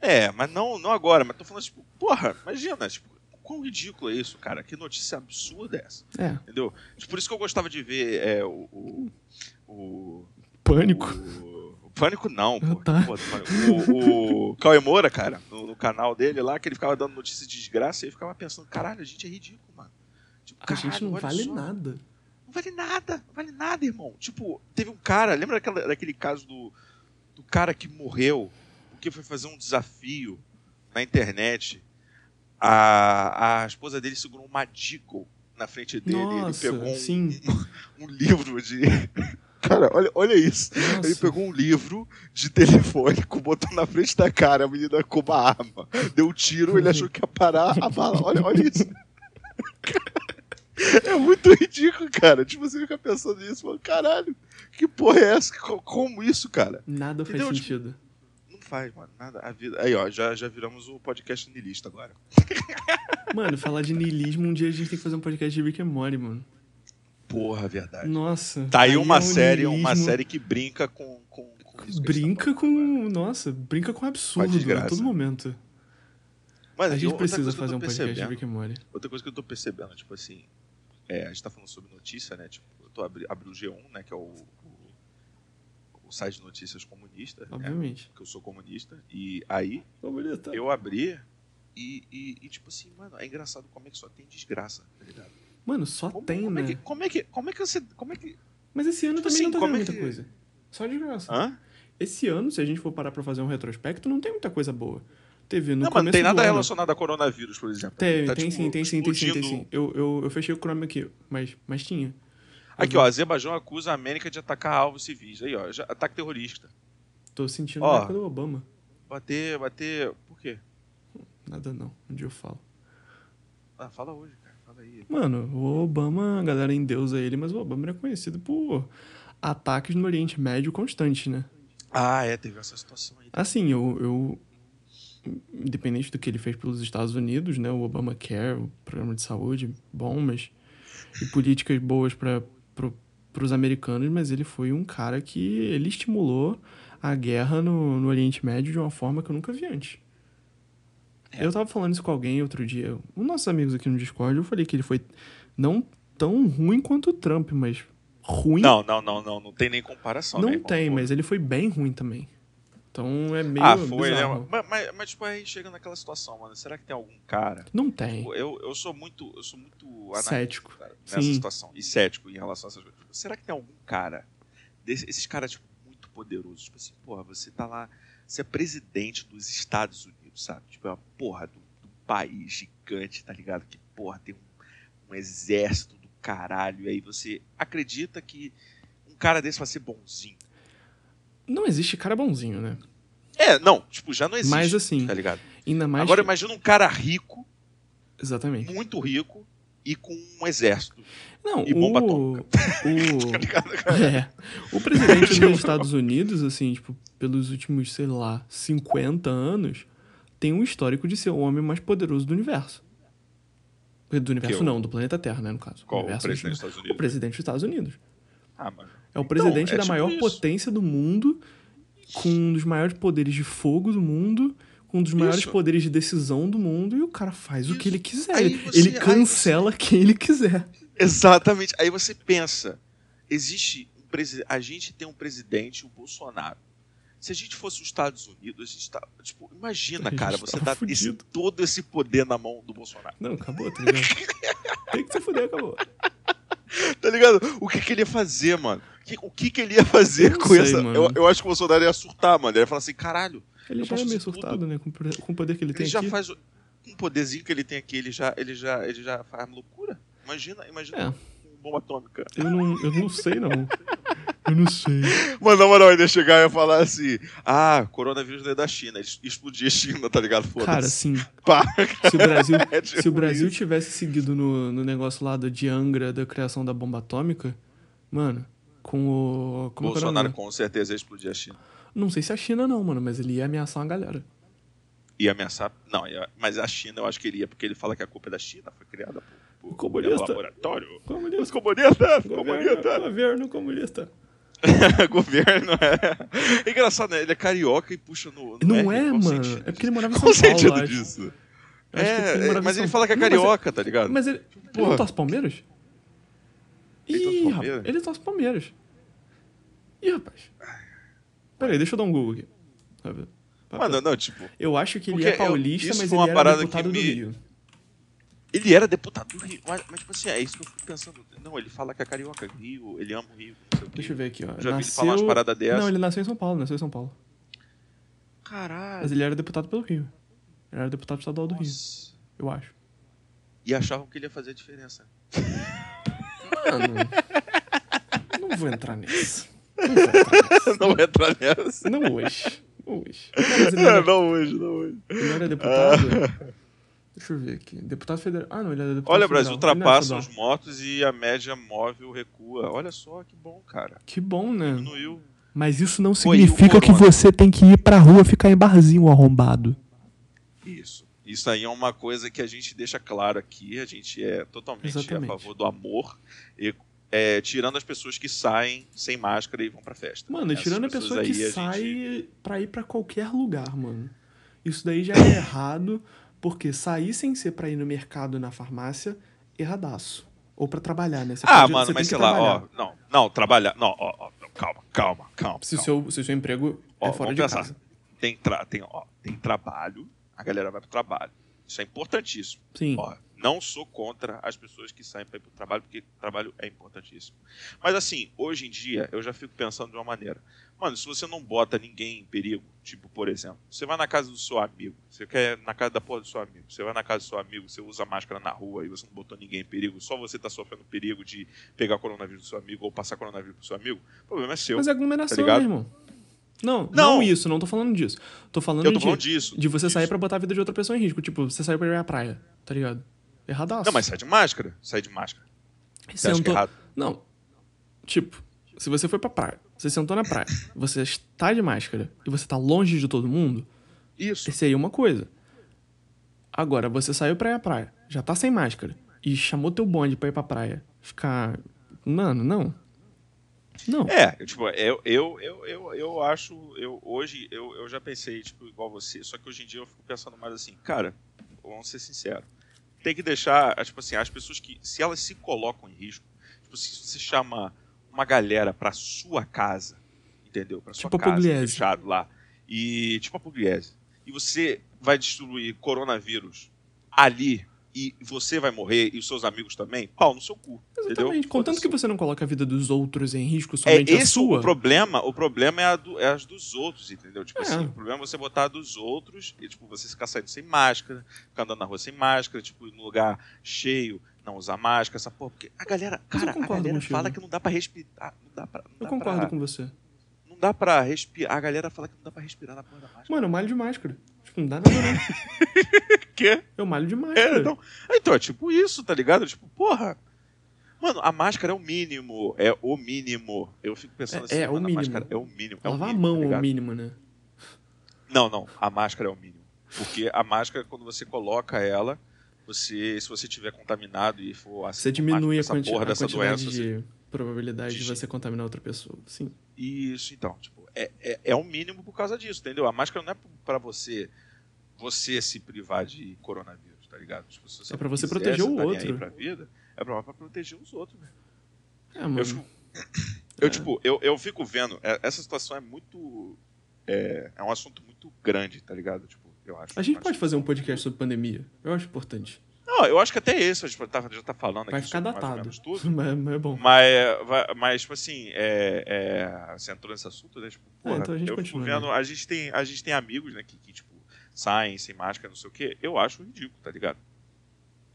É, mas não, não agora. Mas tô falando, tipo, porra, imagina, tipo, quão ridículo é isso, cara? Que notícia absurda é essa?
É.
Entendeu? Tipo, Por isso que eu gostava de ver é, o- o- o
Pânico.
O... o Pânico não, pô.
Ah, tá.
Pô, do Pânico. O, o Cauê Moura, cara, no, no canal dele lá, que ele ficava dando notícia de desgraça e eu ficava pensando, caralho, a gente é ridículo, mano. Tipo,
A
caralho,
gente não
olha
vale
só.
nada.
Não vale nada, não vale nada, irmão. Tipo, teve um cara, lembra daquela- daquele caso do, do cara que morreu porque foi fazer um desafio na internet? A, a esposa dele segurou uma Deagle na frente dele.
Nossa,
ele pegou um,
sim.
um livro de. Cara, olha, olha isso.
Nossa.
Ele pegou um livro de telefônico, botou na frente da cara, a menina com uma arma. Deu um tiro, ele achou que ia parar a bala. Olha, olha isso. É muito ridículo, cara. Tipo, você fica pensando nisso, falando, caralho, que porra é essa? Co- Como isso, cara?
Nada faz
Entendeu? Tipo,
sentido.
Não faz, mano, nada. A vida... Aí, ó, já, já viramos o podcast nilista agora.
Mano, falar de niilismo, um dia a gente tem que fazer um podcast de Rick and Morty, mano.
Porra,
É.
verdade.
Nossa.
Tá aí uma
é um
série, uma
niilismo-
série que brinca com. com, com isso que a gente tá
Brinca
falando
com.
agora.
Nossa, brinca com um
Com a
absurdo a
desgraça.
todo momento.
Mas
a
eu-
gente
outra
precisa
coisa que eu
fazer
tô
um podcast de
percebendo-
Rick and Morty.
Outra coisa que eu tô percebendo, tipo assim, é, a gente tá falando sobre notícia, né? Tipo, eu tô abri, abri o G1, né? Que é o, o, o site de notícias comunista, né?
Obviamente.
Que eu sou comunista. E aí
Bonita.
eu abri e, e- e, tipo assim, mano, é engraçado como é que só tem desgraça, tá ligado?
Mano, só
Como,
tem,
como
né?
é que, como é que. Como é que você. Como é que.
Mas esse ano
Tipo
também
assim,
não tá
como
tendo
é
muita
que-
coisa. Só de graça.
Hã?
Esse ano, se a gente for parar pra fazer um retrospecto, não tem muita coisa boa. Teve no
Não, mas
começo
não tem
do
nada
ano.
relacionado a coronavírus, por exemplo.
Tem,
Tá,
tem
tipo,
sim, tem sim, tem sim, tem
explodindo-
sim. Eu, eu, eu fechei o Chrome aqui, mas, mas tinha. Uhum.
Aqui, ó, Azerbaijão acusa a América de atacar alvos civis. Aí, ó, já- ataque terrorista.
Tô sentindo
Ó.
a época do Obama.
Bater, bater. Por quê?
Nada não, um dia eu falo.
Ah, fala hoje, cara. Fala aí.
Mano, o Obama, a galera endeusa ele, mas o Obama era conhecido por ataques no Oriente Médio constantes, né?
Ah, é, teve essa situação aí.
Assim, eu, eu. Independente do que ele fez pelos Estados Unidos, né? O Obamacare, o programa de saúde, bom, mas. E políticas boas para os americanos, mas ele foi um cara que. Ele estimulou a guerra no, no Oriente Médio de uma forma que eu nunca vi antes.
É.
Eu tava falando isso com alguém outro dia, um dos nossos amigos aqui no Discord, eu falei que ele foi não tão ruim quanto o Trump, mas ruim
Não, não, não, não, não tem nem comparação.
não
né, irmão?
tem,
Pô.
mas ele foi bem ruim também. Então é meio
Ah, foi, né?
bizarro.
Mas, mas, mas, tipo, aí chega naquela situação, mano. Será que tem algum cara?
Não tem.
Pô, Eu, eu sou muito. Eu sou muito analítico,
Cético.
cara, nessa
Sim.
situação. E cético em relação a essas coisas. Tipo, Será que tem algum cara? desse- esses caras, tipo, muito poderosos. Tipo assim, porra, você tá lá. Você é presidente dos Estados Unidos, sabe? Tipo, é uma porra do, do país gigante, tá ligado? Que, porra, tem um, um exército do caralho. E aí você acredita que um cara desse vai ser bonzinho.
Não existe cara bonzinho, né?
É, não, tipo, já não existe.
Mas assim,
Tá ligado?
ainda mais.
Agora
que-
imagina um cara rico,
Exatamente.
muito rico, e com um exército.
Não,
E bomba Tá
o...
atômica.
o... é. O presidente
Tipo-
dos Estados Unidos, assim, tipo, pelos últimos, sei lá, 50 anos, tem um histórico de ser o homem mais poderoso do universo. Do universo
Que o-
não, do planeta Terra, né, no caso.
Qual o
universo,
presidente dos
não.
Estados Unidos?
O presidente dos Estados Unidos.
Ah, mano.
É o
Então,
presidente
é
da
tipo
maior
isso.
potência do mundo, com um dos maiores poderes de fogo do mundo, com um dos maiores
Isso.
poderes de decisão do mundo, e o cara faz o
Isso.
que ele quiser.
Aí
Ele-
você-
ele
aí
cancela quem ele quiser.
Exatamente. Aí você pensa, existe um presidente. A gente tem um presidente, o Bolsonaro. Se a gente fosse os Estados Unidos, a gente tá. Tipo,
A
imagina,
gente
cara, você
tava
dá esse,
fudido.
todo esse poder na mão do Bolsonaro.
Não, acabou, tá ligado? Tem que se fuder, acabou.
Tá ligado? O que, que ele ia fazer, mano? Que- o que, que ele ia fazer
Eu não
com
sei,
essa.
mano.
Eu, eu acho que o Bolsonaro ia surtar, mano. Ele ia falar assim, caralho.
Ele
Eu
já é
posso
meio
fazer
surtado,
tudo.
né? Com, o pre- com o poder que ele,
Ele
tem
já
aqui.
faz o- um poderzinho que ele tem aqui, ele já, ele já, ele já faz loucura. Imagina, imagina
É.
com bomba atômica.
Eu, não, eu não sei, não. Eu não sei.
Mano, na moral, ele ia chegar e ia falar assim: Ah, coronavírus não é da China. Ele explodia a China, tá ligado?
Cara,
Foda-se.
sim.
Pá.
Se o Brasil,
É tipo
se o Brasil tivesse seguido no, no negócio lá do de Angra da criação da bomba atômica, mano, com o. Como é que era o
Bolsonaro
nome?
com certeza ia explodir a China.
Não sei se é a China não, mano, mas ele ia ameaçar uma galera.
Ia ameaçar. Não, ia- mas a China eu acho que ele ia, porque ele fala que a culpa é da China, foi criada por, por
Comunista.
É um laboratório. Os
Comunista,
comunistas,
governo,
comunista,
governo comunista.
governo. É. Engraçado, né? Ele é carioca e puxa no. no
Não é,
R, qual o
mano.
sentido
É porque ele morava em
Qual o
São Paulo,
sentido
acho.
disso?
Eu acho que
É,
ele morava
é,
em
mas ele
São-
fala que é
Não, mas ele-
carioca, tá ligado?
Mas ele, ele
Porra.
não torce Palmeiras?
Ele torce
Ih,
Palmeiras?
rapaz, ele torce Palmeiras. Ih, rapaz. Pera aí, deixa eu dar um Google aqui. Pra ver. Pra-
Mano, não, tipo,
eu acho que ele
porque
é paulista,
eu- isso
mas
foi
ele
uma
era
parada que
deputado do
me-
Rio.
ele era deputado do Rio, mas, mas, tipo assim, é isso que eu fico pensando. Não, ele fala que é carioca, Rio, ele ama o Rio. não sei o quê.
Deixa eu ver aqui, ó.
Já vi ele
nasceu...
falar umas paradas dessas.
Não, ele nasceu em São Paulo, nasceu em São Paulo. Mas
Caralho.
ele era deputado pelo Rio. Ele era deputado estadual é do Rio,
nossa.
eu acho.
E achavam que ele ia fazer a diferença.
Mano, não vou entrar nisso.
não vou entrar nessa. É,
Não hoje. Não hoje. Não, mas ele era,
não hoje, não hoje.
ele era deputado. Deixa eu ver aqui. Deputado federal. Ah, não, ele era deputado
Ah. Olha,
federal.
Brasil
Ele não era
ultrapassa
estadual.
os motos e a média móvel recua. Olha só que bom, cara.
Que bom, né?
Diminuiu.
Mas isso não
Foi, um e o
significa que
corona?
você tem que ir pra rua ficar em barzinho arrombado.
Isso. Isso aí é uma coisa que a gente deixa claro aqui. A gente é totalmente
Exatamente.
a favor do amor. E, é, tirando as pessoas que saem sem máscara e vão pra festa.
Mano,
Essas
tirando a
pessoas
pessoa que
aí, a
sai
gente-
pra ir pra qualquer lugar, mano. Isso daí já é errado, porque sair sem ser pra ir no mercado, na farmácia, erradaço. Ou pra trabalhar, né? Você
Ah,
pode- você
mano,
tem
mas
que
sei lá,
trabalhar.
ó. Não, não, trabalhar. Não, ó, ó, não, calma, calma, calma.
Se o,
calma.
seu, se o seu emprego
Ó,
é fora
vamos
de
pensar.
casa.
Tem, tra- tem, ó, tem trabalho, a galera vai pro trabalho. Isso é importantíssimo.
Sim.
Ó, não sou contra as pessoas que saem para ir pro trabalho, porque trabalho é importantíssimo. Mas assim, hoje em dia, eu já fico pensando de uma maneira. Mano, se você não bota ninguém em perigo, tipo, por exemplo, você vai na casa do seu amigo, você quer ir na casa da porra do seu amigo, você vai na casa do seu amigo, você usa máscara na rua e você não botou ninguém em perigo, só você tá sofrendo perigo de pegar coronavírus do seu amigo ou passar coronavírus pro seu amigo, o problema é seu.
Mas é aglomeração,
ligado?
né, irmão? Não, não,
Não.
isso, não tô falando disso. Tô falando,
eu tô
de,
falando disso.
de você
disso.
sair pra botar a vida de outra pessoa em risco. Tipo, você saiu pra ir à praia, tá ligado? Erradaço.
Não, mas sai de máscara, sai de máscara. Você acha que é
Sentou-
errado?
Não. Tipo, se você foi pra praia, você sentou na praia, você está de máscara e você tá longe de todo mundo,
Isso.
esse aí é uma coisa. Agora, você saiu pra ir à praia, já tá sem máscara e chamou teu bonde pra ir pra praia. Ficar. Mano, não. Não.
É, eu, tipo, eu, eu, eu, eu, eu acho, eu, hoje eu, eu já pensei, tipo, igual você, só que hoje em dia eu fico pensando mais assim, cara, vamos ser sinceros, tem que deixar, ah, tipo assim, as pessoas que, se elas se colocam em risco, tipo, se você chama uma galera pra sua casa, entendeu? Pra sua
Tipo a
casa,
Pugliese.
fechado lá, e tipo a Pugliese, e você vai destruir coronavírus ali, e você vai morrer, e os seus amigos também, pau no seu cu,
Exatamente.
entendeu?
Contanto
Foda-se.
que você não coloca a vida dos outros em risco,
É
somente a
esse
sua.
o problema. O problema é, a do- é as dos outros, entendeu? Tipo
É.
assim, o problema é você botar a dos outros e, tipo, você ficar saindo sem máscara, ficar andando na rua sem máscara, tipo, ir num lugar cheio, não usar máscara, essa porra. Porque a galera,
Mas eu
cara, a
concordo
galera
contigo.
fala que não dá pra respirar. Não dá pra. Não
Eu
dá
concordo
pra,
com você.
Não dá pra respirar. A galera fala que não dá pra respirar na porra da máscara.
Mano, eu malho de máscara. Tipo, não dá nada, não.
quê?
Eu malho de
É,
máscara.
então, então, é tipo isso, tá ligado? Tipo, porra. Mano, a máscara é o mínimo. É o mínimo. Eu fico pensando
É-
assim,
é,
mano,
o
a
mínimo.
máscara é o mínimo. É o
Lavar a
mínimo, tá
mão é
ligado?
o mínimo, né?
Não, não. A máscara é o mínimo. Porque a máscara, quando você coloca ela, você, se você tiver contaminado e for assim,
Você diminui a,
essa
quanti
porra
a
dessa
quantidade
doença. assim. você-
de probabilidade
de
de você contaminar outra pessoa. Sim.
Isso, então, tipo, é, é, é o mínimo por causa disso, entendeu? A máscara não é pra você você se privar de coronavírus, tá ligado? Tipo, se
É pra você
quiser,
proteger
você
o
tá nem
outro.
Aí pra vida, é pra, pra proteger os outros, né?
É, mano.
Eu fico, eu, tipo, eu, eu fico vendo, é, essa situação é muito. É, é um assunto muito grande, tá ligado? Tipo, eu acho.
A gente
Mas-
pode fazer um podcast sobre pandemia. Eu acho importante.
Não, eu acho que até esse a gente tá- já tá falando
Vai
aqui
ficar
sobre mais ou
datado.
menos tudo.
Mas, mas é bom.
Mas, vai- mas, tipo assim, é, é, você entrou nesse assunto, né? Tipo,
É,
porra,
então a gente
eu
continua,
fico vendo, a, gente tem, a gente tem amigos, né, que, que, tipo, saem sem máscara, não sei o quê. Eu acho ridículo, tá ligado?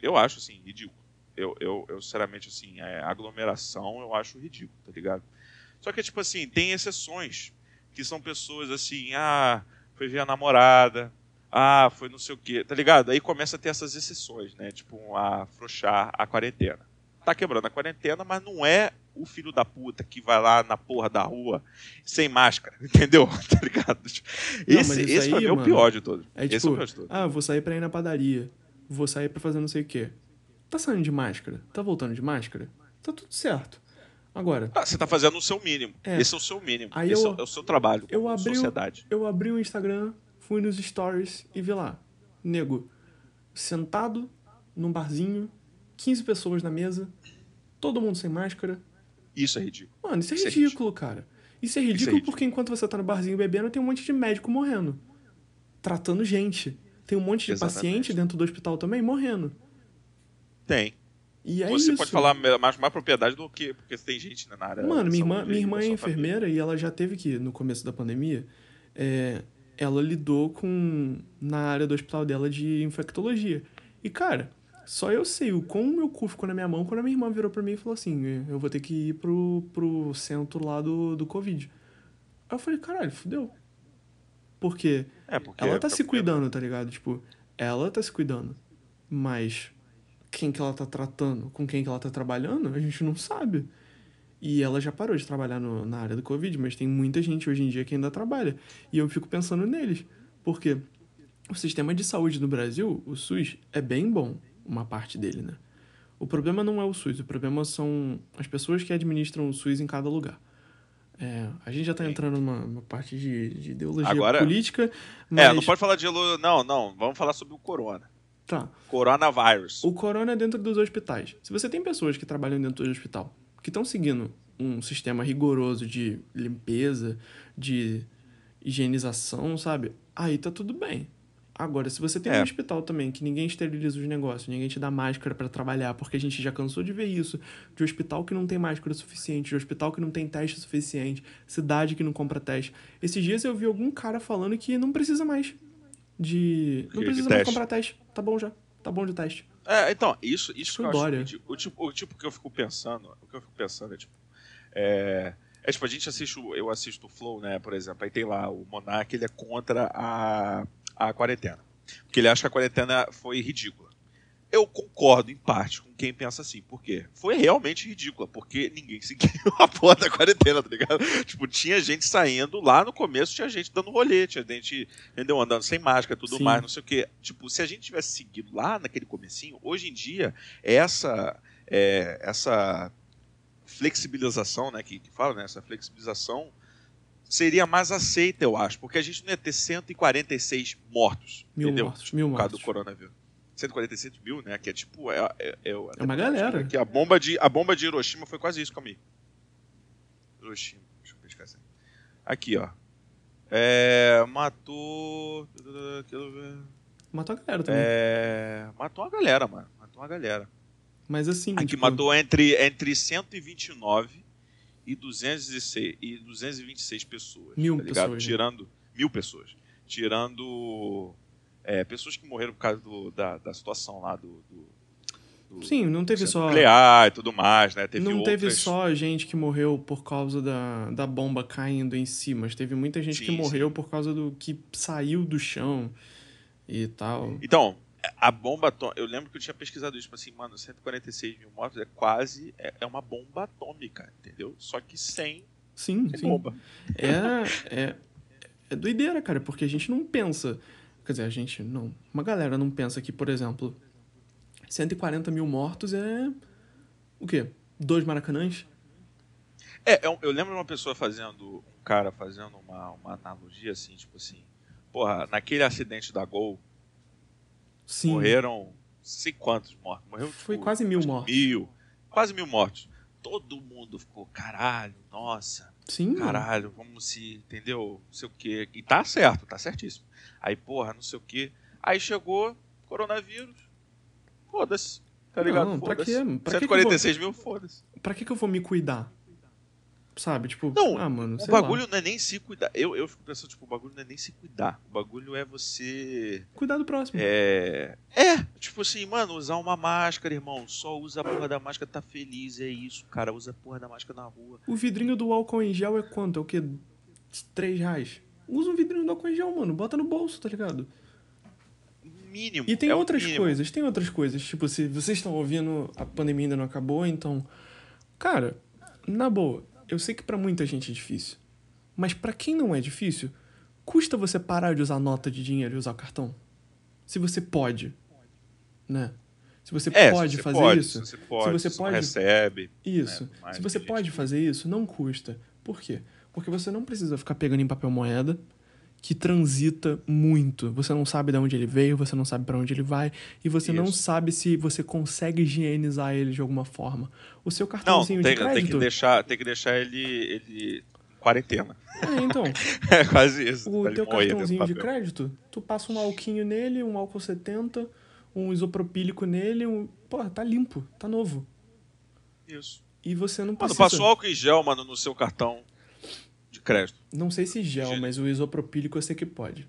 Eu acho, assim, ridículo. Eu, eu, eu sinceramente, assim, é, aglomeração eu acho ridículo, tá ligado? Só que, tipo assim, tem exceções, que são pessoas assim, ah, foi ver a namorada, ah, foi não sei o quê, tá ligado? Aí começa a ter essas um exceções, né? Tipo, a afrouxar a quarentena. Tá quebrando a quarentena, mas não é o o filho da puta que vai lá na porra da rua sem máscara, entendeu? tá ligado?
Não, mas isso
Esse, esse
aí,
foi meu
mano,
pior de todos.
É
esse é o
tipo,
pior de todos.
ah, vou sair pra ir na padaria. Vou sair pra fazer não sei o quê. Tá saindo de máscara? Tá voltando de máscara? Tá tudo certo. Agora,
Ah, você tá fazendo o seu mínimo.
É.
Esse é o seu mínimo.
Aí
esse
eu-
é o seu trabalho.
eu
como
abri o-
sociedade.
eu abri o Instagram, fui nos stories e vi lá. Nego, sentado num barzinho, 15 pessoas na mesa, todo mundo sem máscara.
Isso é ridículo.
Mano, isso é
Isso é
ridículo, cara. Isso é ridículo,
ridículo.
porque enquanto você tá no barzinho bebendo, tem um monte de médico morrendo. Tratando gente. Tem um monte de
Exatamente.
paciente dentro do hospital também morrendo.
Tem.
E é
você
isso.
pode falar mais, mais propriedade do que. Porque tem gente né, na área.
Mano,
da
minha irmã,
saúde
minha
aí,
irmã
da
é
sua
enfermeira e ela já teve que, no começo da pandemia, é, ela lidou com. na área do hospital dela de infectologia. E, cara, só eu sei o quão meu cu ficou na minha mão quando a minha irmã virou pra mim e falou assim: eu vou ter que ir pro, pro centro lá do, do Covid. Aí eu falei: caralho, fudeu. Porque
família. É, porque
ela tá se
porque-
cuidando, tá ligado? Tipo, ela tá se cuidando. Mas quem que ela tá tratando, com quem que ela tá trabalhando, a gente não sabe. E ela já parou de trabalhar no- na área do Covid, mas tem muita gente hoje em dia que ainda trabalha. E eu fico pensando neles. Porque o sistema de saúde no Brasil, o SUS, é bem bom, uma parte dele, né? O problema não é o SUS, o problema são as pessoas que administram o SUS em cada lugar. É, a gente já tá
Sim.
entrando numa, numa parte de, de ideologia
Agora-
política, mas...
É, não pode falar de. elo- Não, não. Vamos falar sobre o corona.
Tá.
Coronavírus.
O corona é dentro dos hospitais. Se você tem pessoas que trabalham dentro do hospital, que estão seguindo um sistema rigoroso de limpeza, de higienização, sabe? Aí tá tudo bem. Agora, se você tem
É.
um hospital também que ninguém esteriliza os negócios, ninguém te dá máscara pra trabalhar, porque a gente já cansou de ver isso, de hospital que não tem máscara suficiente, de hospital que não tem teste suficiente, cidade que não compra teste. Esses dias eu vi algum cara falando que não precisa mais de. Não
De
precisa mais
teste.
comprar teste. Tá bom já. Tá bom de teste.
É, então, isso, isso que eu
o
acho
Dória.
ridículo. o tipo, o tipo que eu fico pensando, o que eu fico pensando é tipo. É, é, tipo, a gente assiste, o- eu assisto o Flow, né, por exemplo, aí tem lá o Monark, ele é contra a, a quarentena. Porque ele acha que a quarentena foi ridícula. Eu concordo, em parte, com quem pensa assim, por quê? Foi realmente ridícula, porque ninguém seguiu a porra da quarentena, tá ligado? Tipo, tinha gente saindo lá no começo, tinha gente dando rolê, tinha gente, entendeu? Andando sem máscara, tudo
Sim.
mais, não sei o quê. Tipo, se a gente tivesse seguido lá naquele comecinho, hoje em dia, essa, é, essa flexibilização, né, que, que fala, né, essa flexibilização seria mais aceita, eu acho, porque a gente não ia ter 146 mortos,
Mil
entendeu?
mortos, mil
por causa do
mortos.
coronavírus. 146 mil, né, que é tipo... É, é, é, eu até
uma
tava
galera.
achando Que a, bomba de, a bomba de Hiroshima foi quase isso comigo. Hiroshima, deixa eu pescar isso aqui. Aqui, ó. É, matou...
Matou a galera também.
É, matou uma galera, mano. Matou uma galera.
Mas assim.
Aqui
tipo,
matou entre, entre 129 e 206, e 226 pessoas.
Mil
tá ligado?
pessoas, né?
Tirando. Mil pessoas. Tirando. é, pessoas que morreram por causa do- da, da situação lá do. do- do
Sim, não teve
centro
só.
Nuclear e tudo mais, né? Teve
não
outras...
teve só gente que morreu por causa da, da bomba caindo em si, mas teve muita gente que
Sim,
morreu por causa do que saiu do chão e tal.
Então, a bomba atômica. Eu lembro que eu tinha pesquisado isso, tipo assim, mano, 146 mil mortos é quase. É, é uma bomba atômica, entendeu? Só que sem,
Sim,
sem
sim.
bomba.
É, é, é doideira, cara, porque a gente não pensa. Quer dizer, a gente não. Uma galera não pensa que, por exemplo, 140 mil mortos é. O quê? Dois maracanãs?
É, eu, eu lembro de uma pessoa fazendo, um cara fazendo uma, uma analogia assim, tipo assim, porra, naquele acidente da Gol,
Sim.
morreram sei quantos mortos, morreu
Foi
tipo,
quase mil
acho que
mortos.
mil, quase mil mortos. Todo mundo ficou, caralho, nossa,
Sim, mano.
caralho, vamos se, entendeu, não sei o que, e tá certo, tá certíssimo. Aí, porra, não sei o que, aí chegou, coronavírus, foda-se, tá ligado,
Não, pra
foda-se.
quê? Pra que que eu vou-
146 mil, foda-se.
Pra que, que eu vou me cuidar? Sabe, tipo,
Não,
ah, mano,
O
sei
bagulho
lá.
não é nem se cuidar. Eu, eu fico pensando, tipo, o bagulho não é nem se cuidar. O bagulho é você.
Cuidar do próximo.
É. É, tipo assim, mano, usar uma máscara, irmão. Só usa a porra da máscara, tá feliz, é isso, cara. Usa a porra da máscara na rua.
O vidrinho do álcool em gel é quanto? É o quê? 3 reais? Usa um vidrinho do álcool em gel, mano. Bota no bolso, tá ligado?
Mínimo.
E tem
é o
outras
mínimo.
coisas, tem outras coisas. Tipo, se vocês estão ouvindo, a pandemia ainda não acabou, então. Cara, na boa, eu sei que pra muita gente é difícil. Mas pra quem não é difícil, custa você parar de usar nota de dinheiro e usar o cartão? Se você pode, né? Se você
É, se
pode
você
fazer
pode,
isso,
Se você pode,
você
se você
pode-
recebe.
isso.
né, mais
Se você
que
pode
gente-
fazer isso, não custa. Por quê? Porque você não precisa ficar pegando em papel moeda que transita muito. Você não sabe de onde ele veio, você não sabe para onde ele vai e você não
Isso.
sabe se você consegue higienizar ele de alguma forma. então, assim, O seu
Não,
cartãozinho
tem,
de
tem,
crédito.
que deixar, tem que deixar ele, ele em quarentena.
É, então,
É quase isso.
o
pra ele
teu
morrer dentro do
cartãozinho de
papel.
crédito, tu passa um alquinho nele, um álcool 70, um isopropílico nele, um, pô, tá limpo, tá novo.
Isso.
E você não
Mano,
precisa.
passou álcool em gel, mano, no seu cartão de crédito.
Não sei se gel,
Gel.
mas o isopropílico eu sei que pode.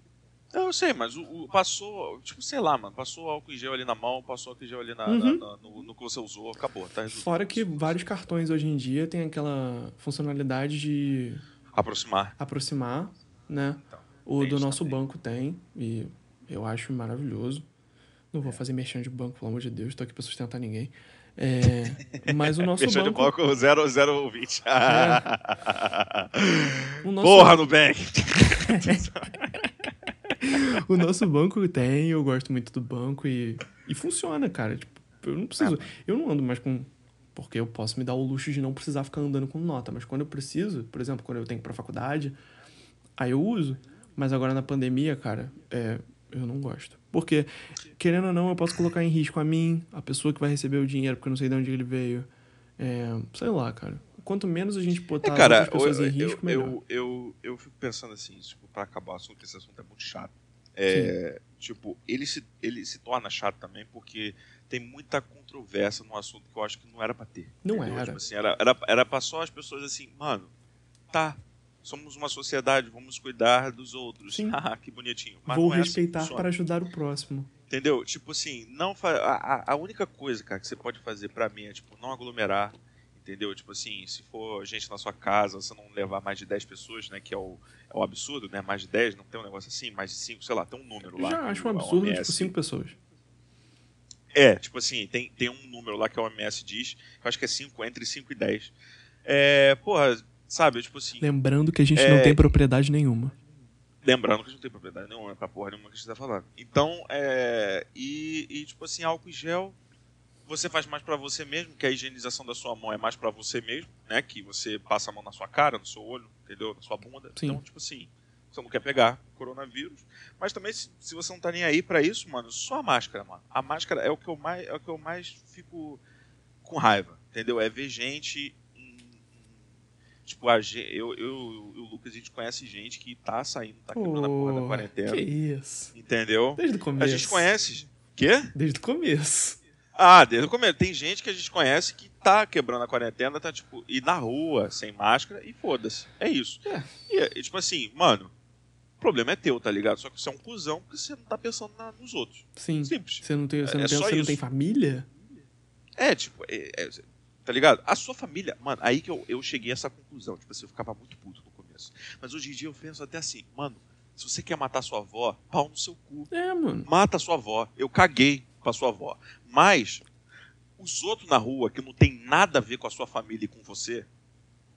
Não, eu sei, mas o, o- passou, tipo, sei lá, mano, passou álcool em gel ali na mão, passou álcool em gel ali na,
Uhum.
na- na- no, no que você usou, acabou, tá resolvido.
Fora que vários cartões hoje em dia têm aquela funcionalidade de
Aproximar.
aproximar, né?
Então,
O
tem
do
isso
nosso
também.
banco tem, e eu acho maravilhoso. Não
É.
vou fazer merchan de banco, pelo amor de Deus, tô aqui pra sustentar ninguém. É, mas o nosso
Fechou de
banco.
banco 0020.
É. O nosso,
Porra,
tá
Nubank!
o nosso banco tem, eu gosto muito do banco e, e funciona, cara. Tipo, eu não
É.
preciso. Eu não ando mais com. Porque eu posso me dar o luxo de não precisar ficar andando com nota. Mas quando eu preciso, por exemplo, quando eu tenho que ir pra faculdade, aí eu uso. Mas agora na pandemia, cara, é, eu não gosto. Porque, querendo ou não, eu posso colocar em risco a mim, a pessoa que vai receber o dinheiro, porque eu não sei de onde ele veio. É, sei lá, cara. Quanto menos a gente botar
É, cara,
as
eu,
pessoas
eu,
em risco, melhor.
eu, eu, eu fico pensando assim, tipo, pra acabar o assunto, que esse assunto é muito chato. É, tipo, ele se, ele se torna chato também porque tem muita controvérsia num assunto que eu acho que não era pra ter.
Não
entendeu?
era.
Tipo assim, era, era. Era pra só as pessoas assim, mano, tá, somos uma sociedade, vamos cuidar dos outros.
Sim.
Ah, que bonitinho. Mas
Vou
não é assim que
respeitar
funciona.
para ajudar o próximo.
Entendeu? Tipo assim, não fa... a, a- a única coisa, cara, que você pode fazer pra mim é, tipo, não aglomerar, entendeu? Tipo assim, se for gente na sua casa, você não levar mais de 10 pessoas, né? Que é o, é o absurdo, né? Mais de 10, não tem um negócio assim, mais de 5, sei lá, tem um número
Eu
lá.
já
que
acho um
a
absurdo, tipo,
OMS
cinco pessoas.
é, tipo assim, tem, tem um número lá que a OMS diz, eu acho que é 5, entre 5 e 10. É, porra, sabe, tipo assim,
Lembrando que a gente
É.
não tem propriedade nenhuma.
Lembrando que a gente não tem propriedade nenhuma pra porra nenhuma que a gente tá falando. Então, é. E, e, tipo assim, álcool em gel, você faz mais pra você mesmo, que a higienização da sua mão é mais pra você mesmo, né? Que você passa a mão na sua cara, no seu olho, entendeu? Na sua bunda.
Sim.
Então, tipo assim, você não quer pegar coronavírus. Mas também, se, se você não tá nem aí pra isso, mano, só a máscara, mano. A máscara é o que eu mais, é o que eu mais fico com raiva, entendeu? É ver gente. em- em- Tipo, a, ge- eu, eu, eu e o Lucas, a gente conhece gente que tá saindo, tá quebrando a porra da
Pô,
quarentena.
Que isso.
Entendeu?
Desde o começo.
A gente conhece. Quê?
Desde o começo.
Ah, desde o começo. Tem gente que a gente conhece que tá quebrando a quarentena, tá tipo, e na rua, sem máscara, e foda-se. É isso.
É.
E, E, tipo assim, mano, o problema é teu, tá ligado? Só que você é um cuzão porque você não tá pensando na- nos outros.
Sim.
Simples.
Você não tem, você
É
não pensa,
só
você não
isso.
tem família?
É, tipo, é- é, tá ligado? A sua família, mano, aí que eu, eu cheguei a essa conclusão. Tipo assim, eu ficava muito puto no começo. Mas hoje em dia eu penso até assim, mano, se você quer matar sua avó, pau no seu cu.
É, mano.
Mata sua avó. Eu caguei pra sua avó. Mas os outros na rua que não tem nada a ver com a sua família e com você,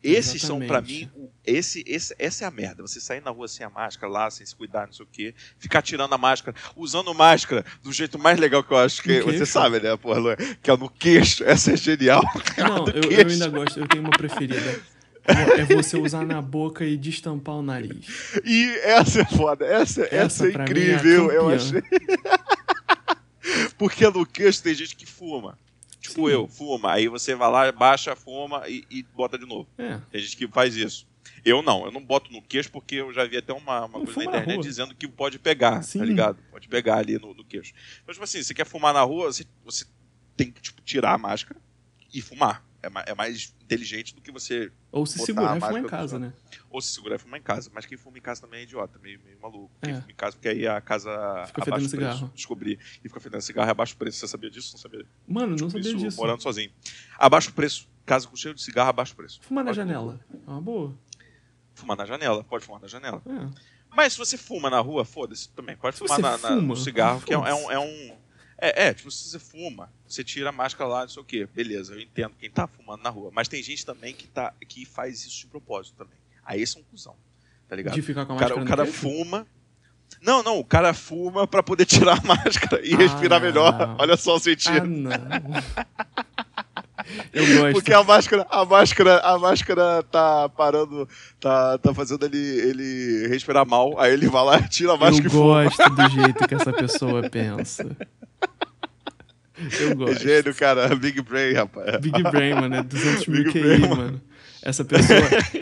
esses são pra mim,
Exatamente.
o- esse, esse, essa é a merda. Você sair na rua sem a máscara lá, sem se cuidar, não sei o quê, ficar tirando a máscara, usando máscara do jeito mais legal que eu acho que
No
você
Um queixo.
sabe, né, porra, Luan? Que é no queixo. Essa é genial.
Não,
do
eu, eu
queixo.
ainda gosto, eu tenho uma preferida. É você usar na boca e destampar o nariz.
E essa é foda, essa, essa, é
pra mim,
incrível,
a
eu
campeã.
achei. Porque no queixo tem gente que fuma. Tipo
Sim.
eu, fuma. Aí você vai lá, baixa, fuma e, e bota de novo.
É.
Tem gente que faz isso. Eu não, eu não boto no queixo porque eu já vi até uma, uma
Não,
coisa na
fuma na
internet
rua.
dizendo que pode pegar,
Sim.
tá ligado? Pode pegar ali no, no queixo. Então, tipo assim, você quer fumar na rua, você, você tem que tipo, tirar a máscara e fumar. É, ma- é mais inteligente do que você
Ou se
Botar
segurar
a
e fumar em
máscara
casa,
no
né?
ou se segurar e fumar em casa. Mas quem fuma em casa também é idiota, meio, meio maluco. Quem
É.
fuma em casa, porque aí a casa
Fica
abaixa
fedendo
o preço,
cigarro.
descobri. E fica fedendo cigarro e abaixa o preço. Você sabia disso? Não sabia.
Mano, não
Descobri
sabia
Tipo isso
disso.
morando sozinho. Abaixa o preço. Casa com cheiro de cigarro, abaixa o preço.
Fumar na
Pode
janela. É uma boa.
Fumar na janela, pode fumar na janela.
É.
Mas se você fuma na rua, foda-se também. Pode
Se
fumar
você
na, na-
fuma,
no cigarro, que é, um- é um. É um É, é, tipo, se você fuma, você tira a máscara lá, não sei o quê. Beleza, eu entendo quem tá fumando na rua. Mas tem gente também que, tá, que faz isso de propósito também. Aí esse é um cuzão, tá ligado?
De ficar com a
O cara,
máscara
o
no
cara
queixo?
fuma. Não, não, o cara fuma pra poder tirar a máscara e
Ah,
respirar melhor.
não.
Olha só o
Ah,
sentido.
não. Eu gosto.
Porque a máscara, a máscara, a máscara tá parando, tá, tá fazendo ele, ele respirar mal, aí ele vai lá, tira a máscara
eu
e fuma.
gosto do jeito que essa pessoa pensa. Eu
É
gosto.
gênio, cara. Big Brain, rapaz.
Big Brain, mano, é 200 mil
Big
QI,
Brain,
mano.
mano.
Essa pessoa,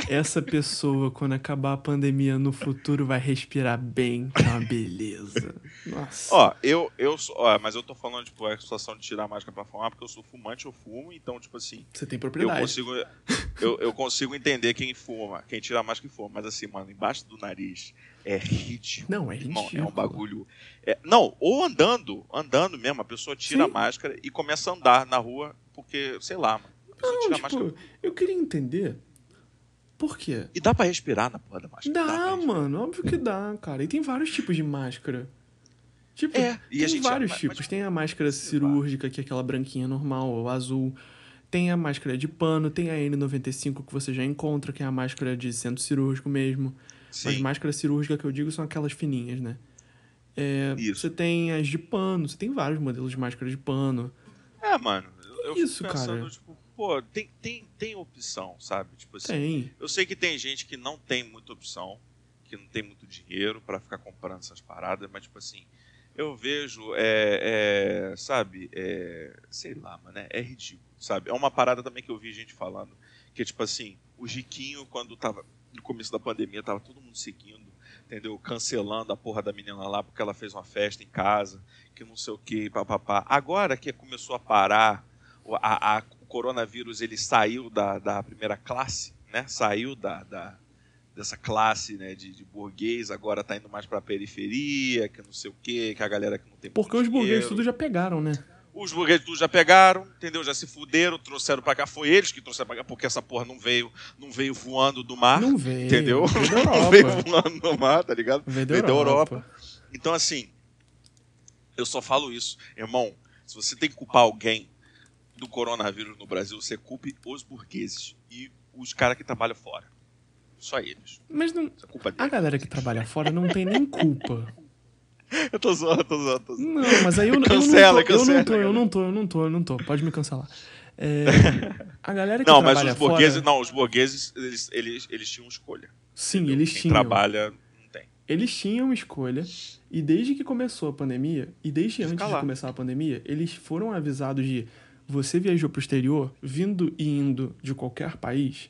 essa pessoa, quando acabar a pandemia no futuro, vai respirar bem, que é uma beleza. Nossa.
Ó, eu, eu sou, ó, mas eu tô falando, tipo, a situação de tirar a máscara pra fumar, porque eu sou fumante, eu fumo, então, tipo assim,
você tem
eu
propriedade.
consigo, eu, eu consigo entender quem fuma, quem tira a máscara e fuma, mas assim, mano, embaixo do nariz é ridículo.
Não, é
Irmão, é
ridículo.
um bagulho. é- não, ou andando, andando mesmo, a pessoa tira
Sim.
a máscara e começa a andar na rua, porque, sei lá, mano. A pessoa
Não,
tira a máscara.
tipo, eu queria entender por quê.
E dá pra respirar na porra da máscara. pra
Dá,
respirar.
mano, óbvio que dá, cara. E tem vários tipos de máscara. Tipo,
É, e
tem
a gente-
vários
mas-
tipos.
mas-
tem a máscara cirúrgica, que é aquela branquinha normal ou azul. Tem a máscara de pano, tem a N95 que você já encontra, que é a máscara de centro cirúrgico mesmo. Mas
Sim.
máscara cirúrgica que eu digo são aquelas fininhas, né? É,
Isso.
Você tem as de pano, você tem vários modelos de máscara de pano.
É, mano. eu- Eu
Isso,
fico pensando,
cara.
tipo, pô, tem, tem, tem opção, sabe? Tipo assim.
Tem.
Eu sei que tem gente que não tem muita opção, que não tem muito dinheiro pra ficar comprando essas paradas, mas tipo assim, eu vejo, é, é, sabe, é, sei lá, mano, é, é ridículo, sabe? É uma parada também que eu vi gente falando, que tipo assim, o Riquinho, quando tava no começo da pandemia, tava todo mundo seguindo, entendeu? Cancelando a porra da menina lá porque ela fez uma festa em casa, que não sei o que, papapá. Agora que começou a parar, o- a- a- o coronavírus ele saiu da, da primeira classe, né? Saiu da, da- dessa classe né, de, de burguês, agora tá indo mais pra periferia, que não sei o que, que a galera que não tem
Porque os
muito
burgueses
dinheiro.
tudo já pegaram, né?
Os burgueses tudo já pegaram, entendeu? Já se fuderam, trouxeram pra cá. Foi eles que trouxeram pra cá, porque essa porra não veio, não veio voando do mar.
Não veio.
Ah, Entendeu?
Veio da
Não veio
Europa.
voando do mar, tá ligado?
Veio da
Veio da
Europa.
Então, assim, eu só falo isso. Irmão, se você tem que culpar alguém do coronavírus no Brasil, você culpe os burgueses e os caras que trabalham fora. Só eles.
Mas não,
Essa culpa é
A
deles.
galera que trabalha fora não tem nem culpa.
Eu tô zoando, tô zoando, tô zoando.
Não, mas aí eu, eu
Cancela,
não tô,
cancela,
eu não tô, eu não tô, eu não tô, eu não tô. Pode me cancelar. É, a galera é que
Não, mas
trabalha
os burgueses,
fora,
não, os burgueses, eles, eles, eles tinham escolha.
sim,
entendeu?
eles
Quem
tinham,
trabalha, não tem.
eles tinham escolha. E desde que começou a pandemia, e desde antes de
lá.
começar a pandemia, eles foram avisados de você viajou pro exterior, vindo e indo de qualquer país,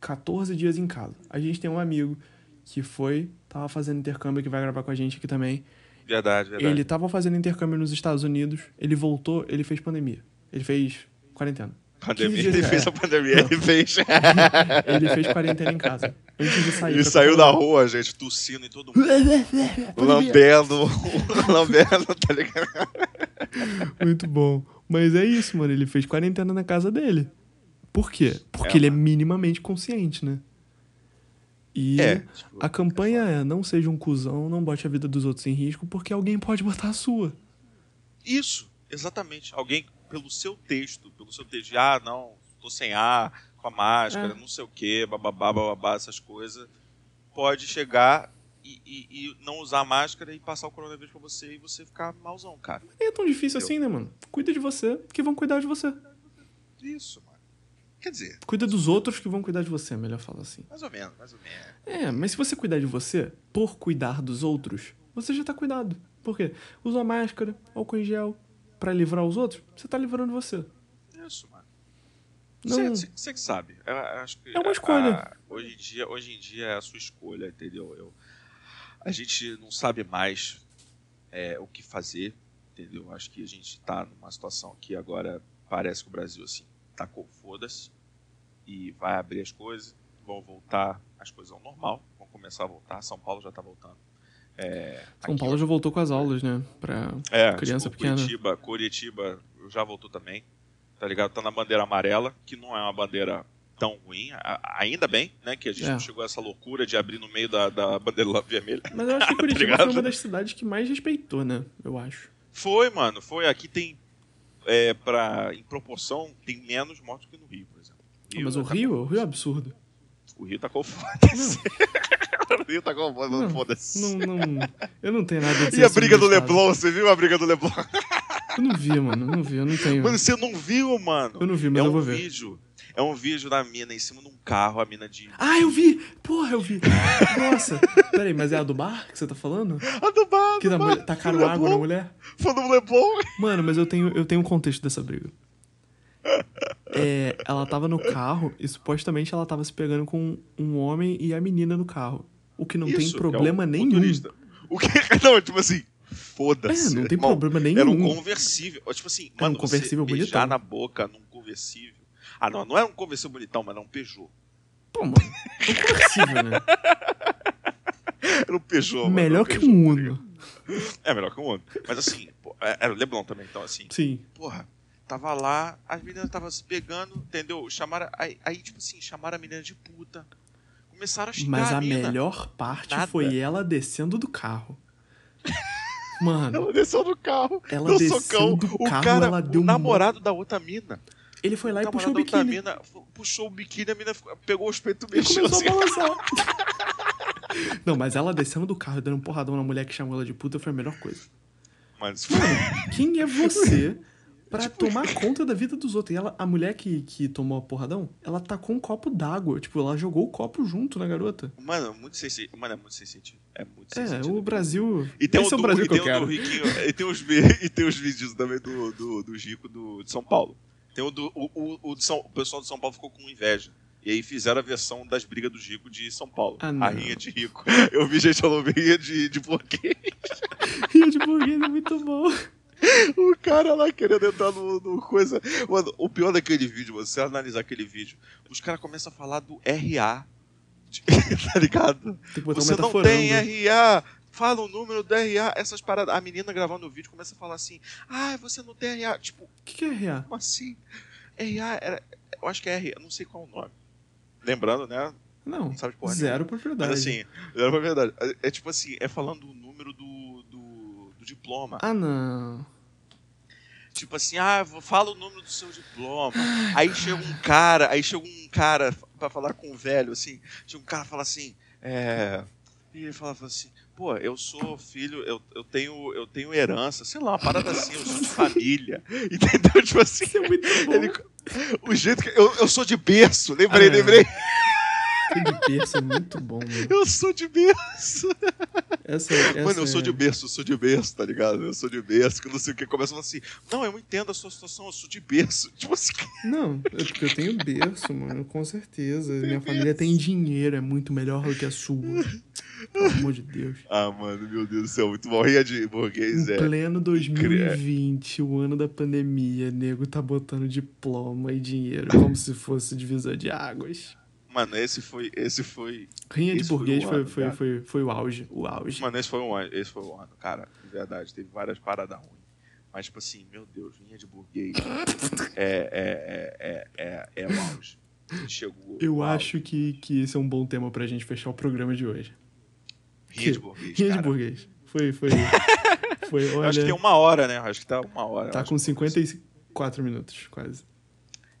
14 dias em casa. A gente tem um amigo que foi, tava fazendo intercâmbio que vai gravar com a gente aqui também.
Verdade, verdade.
Ele tava fazendo intercâmbio nos Estados Unidos, ele voltou, ele fez pandemia. Ele fez quarentena.
Pandemia,
15 dias,
ele
cara.
fez a pandemia,
Não.
ele fez.
Ele fez quarentena em casa. Antes de sair.
Ele
pra-
saiu da rua, gente, tossindo em todo mundo. lambendo, lambendo, tá ligado?
Muito bom. Mas é isso, mano. Ele fez quarentena na casa dele. Por quê? Porque
É,
ele é minimamente consciente, né? E
É, tipo,
a campanha é: não seja um cuzão, não bote a vida dos outros em risco, porque alguém pode botar a sua.
Isso, exatamente. Alguém, pelo seu texto, pelo seu texto, de, ah, não, tô sem ar, com a máscara,
É.
não sei o quê, bababá, bababá, essas coisas, pode chegar e, e- e não usar a máscara e passar o coronavírus pra você e você ficar malzão, cara.
Nem é tão difícil
Eu-
assim, né, mano? Cuida de você, que vão cuidar de você.
Isso, mano. Quer dizer,
Cuida dos outros que vão cuidar de você, melhor falar assim.
mais ou menos, mais ou menos.
É, mas se você cuidar de você por cuidar dos outros, você já tá cuidado. Por quê? Usa máscara, álcool em gel, pra livrar os outros, você tá livrando você.
Isso, mano.
Não.
Você que sabe. Eu acho que
É uma
a-
escolha.
a- hoje, em dia, hoje em dia é a sua escolha, entendeu? Eu, a gente não sabe mais é, o que fazer, entendeu? Acho que a gente está numa situação que agora parece que o Brasil assim tacou foda-se e vai abrir as coisas, vão voltar as coisas ao normal, vão começar a voltar. São Paulo já está voltando. É,
São
aqui,
Paulo já voltou com as aulas, né? Pra...
é,
Criança
tipo,
pequena.
Curitiba, Curitiba já voltou também, tá ligado? Tá na bandeira amarela, que não é uma bandeira tão ruim, a- ainda bem, né? Que a gente
É.
não chegou a essa loucura de abrir no meio da, da bandeira vermelha.
Mas eu acho que Curitiba foi
Obrigado.
uma das cidades que mais respeitou, né? Eu acho.
Foi, mano, foi. Aqui tem. É, pra, em proporção, tem menos mortes que no Rio, por exemplo.
Ah, mas o
tá-
Rio, o Rio é absurdo.
O Rio tá com foda-se. o Rio tá com
Não,
foda-se.
Não, não, eu não tenho nada a dizer
E a
sobre
briga do
o estado.
Leblon, você viu a briga do Leblon?
Eu não vi, mano. Eu não vi, eu não tenho.
Mano, você não viu, mano?
Eu não vi, mas
é
eu
um
vou ver.
vídeo. É um vídeo da mina em cima de um carro, a mina de.
Ah, eu vi! Porra, eu vi! Nossa! Peraí, mas é a do bar que você tá falando?
A do bar,
Que
do
da
bar,
mulher, tacaram
do
água na
Leblon,
mulher?
é? Foi do Leblon.
Mano, mas eu tenho, eu tenho um contexto dessa briga. É, ela tava no carro e supostamente ela tava se pegando com um homem e a menina no carro. O que não tem
Isso,
problema
é um
nenhum.
futurista. O que? Não, tipo assim, foda-se.
É, não tem
irmão.
problema
Era um
nenhum.
conversível. Tipo assim,
Era um
mano, um
conversível
conversível você
bonitão.
beijar na boca num conversível. Ah, não, não era um conversível bonitão, mas era um Peugeot.
Pô, mano, é conversível, né?
Era um Peugeot. mano, era
Melhor
um
que
Peugeot.
um Uno.
É, melhor que um outro. Mas assim, pô, é- era o Leblon também, então assim,
Sim.
porra, tava lá, as meninas estavam se pegando, entendeu? Chamaram, aí, aí, tipo assim, chamaram a menina de puta. Começaram a xingar
Mas a
a mina.
melhor parte
Nada.
foi ela descendo do carro. Mano,
Ela desceu do carro,
Ela
deu
desceu
socão.
do
o
carro,
cara,
ela
o
deu um-
namorado da outra mina.
ele foi lá e puxou
namorado
o
da outra
biquíni.
mina fu- puxou o biquíni, a mina ficou- pegou os peitos e
E
mexeu
começou
assim.
a balançar. Não, mas ela descendo do carro e dando um porradão na mulher que chamou ela de puta foi a melhor coisa.
Mano, isso foi-
Quem é você pra tomar conta da vida dos outros? E ela, a mulher que, que tomou a porradão, ela tacou um copo d'água. Tipo, ela jogou o copo junto na garota.
Mano, muito sem sentido. Mano, é muito sem sentido. É muito sem
É,
sentido.
o Brasil.
E tem
Esse
o
é o
do-
Brasil
e
que eu
tem o
quero.
do Riquinho- e tem os vi- e tem os vídeos também do, do, do Rico do, de São Paulo. Tem o do. O, o, o de São, o pessoal de São Paulo ficou com inveja. E aí fizeram a versão das brigas do Rico de São Paulo.
Ah, não.
a rinha de Rico. Eu vi gente falando rinha de, de porquê.
Rio de Burguês é muito bom.
O cara lá querendo entrar no, no coisa. Mano, o pior daquele vídeo, mano, se você analisar aquele vídeo, os caras começam a falar do RA. De- tá ligado?
Tem que botar um
Você não
metaforando.
tem é RA. Fala o número do RA. Essas paradas. A menina gravando o vídeo começa a falar assim: Ah, você não tem RA. Tipo,
O que, que é RA?
como assim? RA era. Eu acho que é RA, não sei qual é o nome. Lembrando, né?
Não,
Não sabe porra
zero
Mas
propriedade.
assim, era pra verdade. É, é tipo assim, é falando o número do, do, do diploma.
Ah, não.
Tipo assim, ah, vou- fala o número do seu diploma. Aí chega um cara, aí chega um cara pra falar com o velho, assim, chega um cara e fala assim, é. E ele falava assim, pô, eu sou filho, eu, eu tenho eu tenho herança, sei lá, uma parada assim, eu sou de família. Entendeu? Tipo assim,
Isso é muito bom.
ele- o jeito que. Eu, eu sou de berço, lembrei,
Ah.
lembrei.
Aquele berço é muito bom, mano.
Eu sou de berço.
Essa, essa
Mano, eu sou
é-
de berço, eu sou de berço, tá ligado? Eu sou de berço, que não sei o que. Começa a falar assim, não, eu entendo a sua situação, eu sou de berço. Tipo assim,
Não, é porque eu tenho berço, mano, com certeza. Minha família tem dinheiro, é muito melhor do que a sua. Pelo amor de Deus.
Ah, mano, meu Deus do céu, muito bom. Ria de burguês,
Em
é.
pleno 2020, o ano da pandemia, nego tá botando diploma e dinheiro como se fosse divisor de águas.
Mano, esse foi. Esse foi.
Rinha de
Esse foi
burguês
o
foi,
ano,
foi,
cara.
foi, foi o auge. O auge.
Mano, esse foi um ano. Esse foi um ano, cara. De verdade, teve várias paradas ruins. Mas, tipo assim, meu Deus, linha de burguês. É, é, é, é, é, é o auge. Chegou.
Eu
o auge.
acho que, que esse é um bom tema pra gente fechar o programa de hoje.
Rinha de burguês.
Rinha de
cara.
burguês. Foi, foi. Foi,
Eu acho que tem
olha.
uma hora, né? Eu acho que tá uma hora.
Tá
Eu acho
com
que-
54 minutos, quase.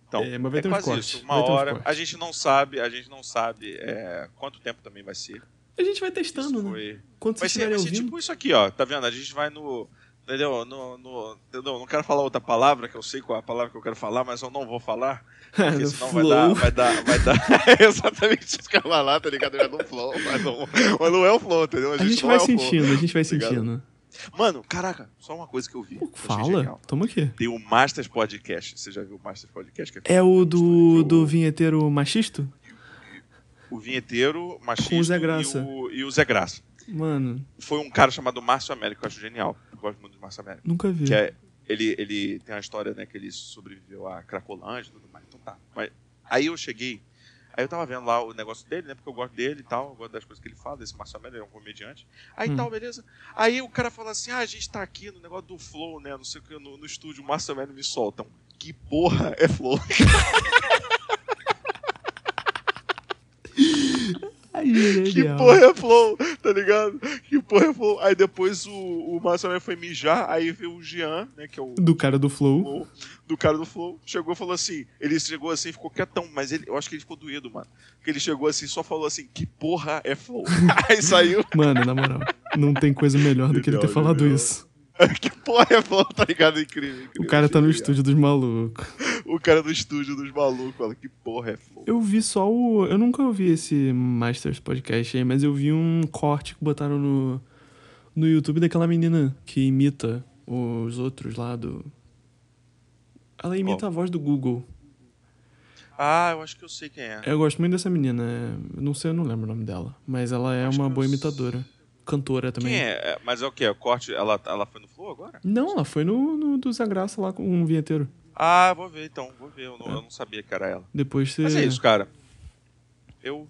Então,
É, mas vai ter uns
quase
cortes,
isso. Uma
vai ter um uns
hora.
cortes.
A gente não sabe, a gente não sabe é, quanto tempo também vai ser.
A gente vai
Isso
testando, né?
foi.
Quando
Vai
vocês
ser,
estiverem
vai ser
ouvindo.
tipo isso aqui, ó. Tá vendo? A gente vai no. Entendeu? No, no- entendeu? Não quero falar outra palavra, que eu sei qual é a palavra que eu quero falar, mas eu não vou falar. Porque
No
senão
flow.
vai dar. Vai dar, vai dar... É exatamente isso que eu ia falar, tá ligado? Eu já não flow, mas não, mas não é o flow, entendeu?
A gente
não
vai
é o flow.
sentindo, a gente vai
Obrigado.
sentindo.
Mano, caraca, só uma coisa que eu vi.
Pô,
que eu achei
fala,
genial.
toma aqui.
Tem o Masters Podcast. Você já viu o Masters Podcast? Que né?
É o do,
Que o-
do vinheteiro machisto?
O vinheteiro, o machista
Com o Zé Graça.
E, o, e o Zé Graça.
Mano,
Foi um cara chamado Márcio Américo, que eu acho genial. Eu gosto muito do Márcio Américo.
nunca vi.
Que é, ele, ele tem uma história, né, que ele sobreviveu à Cracolândia e tudo mais. Então tá. Mas, aí eu cheguei, aí eu tava vendo lá o negócio dele, né, porque eu gosto dele e tal, eu gosto das coisas que ele fala, desse Marcelo Mello, ele é um comediante. Aí
Hum.
tal, beleza. Aí o cara fala assim, ah, a gente tá aqui no negócio do Flow, né, não sei o que, no, no estúdio, o Marcelo Mello me soltam. Que porra é Flow? Que
Genial.
porra é flow, tá ligado? Que porra é flow. Aí depois o, o Márcio Amaro foi mijar, aí veio o Jean, né, que é o
Do cara do Flow.
Flow, do cara do Flow, chegou e falou assim, ele chegou assim, ficou quietão, mas ele, eu acho que ele ficou doído, mano. Porque ele chegou assim, só falou assim, que porra é Flow? aí saiu,
Mano, na moral, não tem coisa melhor do que ele ter
Genial,
falado
genial.
isso.
que porra é Flow, tá ligado? Incrível, incrível.
O cara tá no
Genial.
estúdio dos malucos.
O cara do estúdio dos malucos, fala, que porra é Flow?
Eu vi só o. Eu nunca ouvi esse Masters Podcast aí, mas eu vi um corte que botaram no, no YouTube daquela menina que imita os outros lá do. Ela imita
Qual?
a voz do Google.
Ah, eu acho que eu sei quem é.
Eu gosto muito dessa menina. é- eu Não sei, eu não lembro o nome dela. Mas ela é
Acho
uma
que eu
boa
sei.
imitadora. Cantora também.
Quem é? É, Mas é o quê? O corte, ela, ela foi no Flow agora?
Não, ela foi no, no do Zagraça lá com um vinheteiro.
Ah, vou ver então, vou ver. Eu não, eu não sabia que era ela.
Depois você.
Mas é isso, cara. Eu,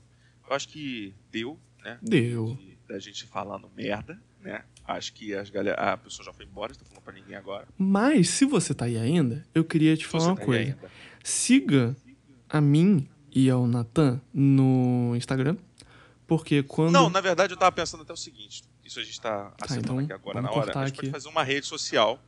eu acho que deu, né?
Deu.
de- Da gente falando merda, né? Acho que as galera, a pessoa já foi embora, não tá falando pra ninguém agora.
Mas se você tá aí ainda, eu queria te
Se
falar
você
uma
tá aí
coisa.
ainda.
Siga a mim e ao Natan no Instagram. Porque quando.
Não, na verdade eu tava pensando até o seguinte: isso a gente tá acertando
então,
aqui agora na
vamos
hora.
cortar
A gente pode
aqui.
fazer uma rede social.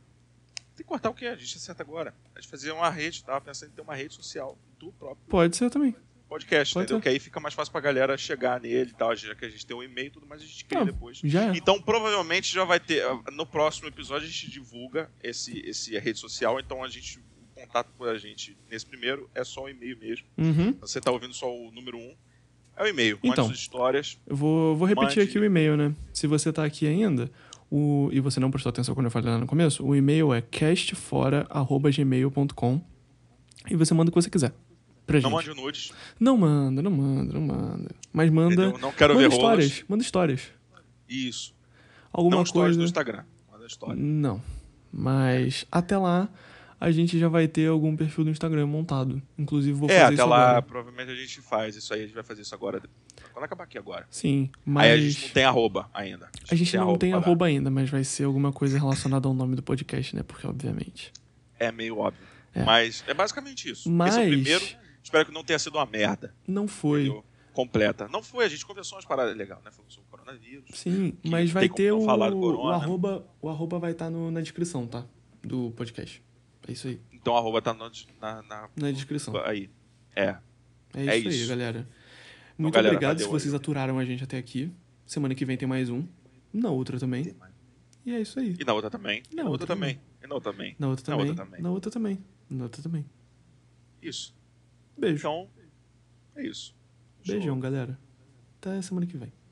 Tem que cortar o quê? A gente acerta agora. A gente fazia uma rede, tava pensando em ter uma rede social do próprio
Pode ser também.
podcast,
Pode
entendeu?
ser.
Que aí fica mais fácil pra galera chegar nele e tal, já que a gente tem um e-mail e tudo mais, a gente cria
Não,
depois.
Já é.
Então, provavelmente já vai ter. ah, No próximo episódio, a gente divulga esse, esse a rede social. Então, a gente, o contato com a gente nesse primeiro é só o e-mail mesmo.
Uhum.
Você tá ouvindo só o número um, é o e-mail. Mande
Então.
suas histórias.
Eu vou, vou repetir
Mande.
aqui o e-mail, né? Se você tá aqui ainda o, e você não prestou atenção quando eu falei lá no começo, o e-mail é castfora.gmail.com e você manda o que você quiser. Pra
Não
gente.
mande nudes.
Não manda, não manda, não manda. Mas manda.
entendeu? Não quero
manda
ver
histórias,
rolas.
manda histórias.
Isso.
Alguma
não histórias
coisa.
no Instagram. Manda história.
Não. Mas até lá a gente já vai ter algum perfil do Instagram montado. Inclusive vou
É,
fazer
até
isso
lá,
agora.
provavelmente a gente faz isso aí. A gente vai fazer isso agora. Quando acabar aqui agora.
Sim, mas
Aí a gente não tem né? arroba ainda.
não tem
pra dar.
arroba ainda, mas vai ser alguma coisa relacionada ao nome do podcast, né? Porque obviamente.
É meio óbvio.
É.
Mas é basicamente isso.
Mas
Esse é o primeiro. Espero que não tenha sido uma merda.
não foi.
entendeu? Completa. Não foi, a gente conversou umas paradas legais, né? Falou sobre o coronavírus.
Sim,
Que
mas
não
vai
tem como
ter
não
o,
falar do
o
corona.
arroba, o arroba vai estar na descrição, tá? Do podcast. É isso aí.
Então a arroba tá na. na, na-
Na descrição.
Aí. É.
É isso,
É
aí,
isso. Então,
galera. Muito
galera,
obrigado
valeu
se vocês
aí.
aturaram a gente até aqui. Semana que vem tem mais um. Na outra também. E é isso aí.
E na outra também. E na, outra, também. E na outra também.
Na outra
Na
também.
outra também.
Na outra também. Na outra também.
Isso.
Beijo.
Então, é isso.
Beijão, galera. Até semana que vem.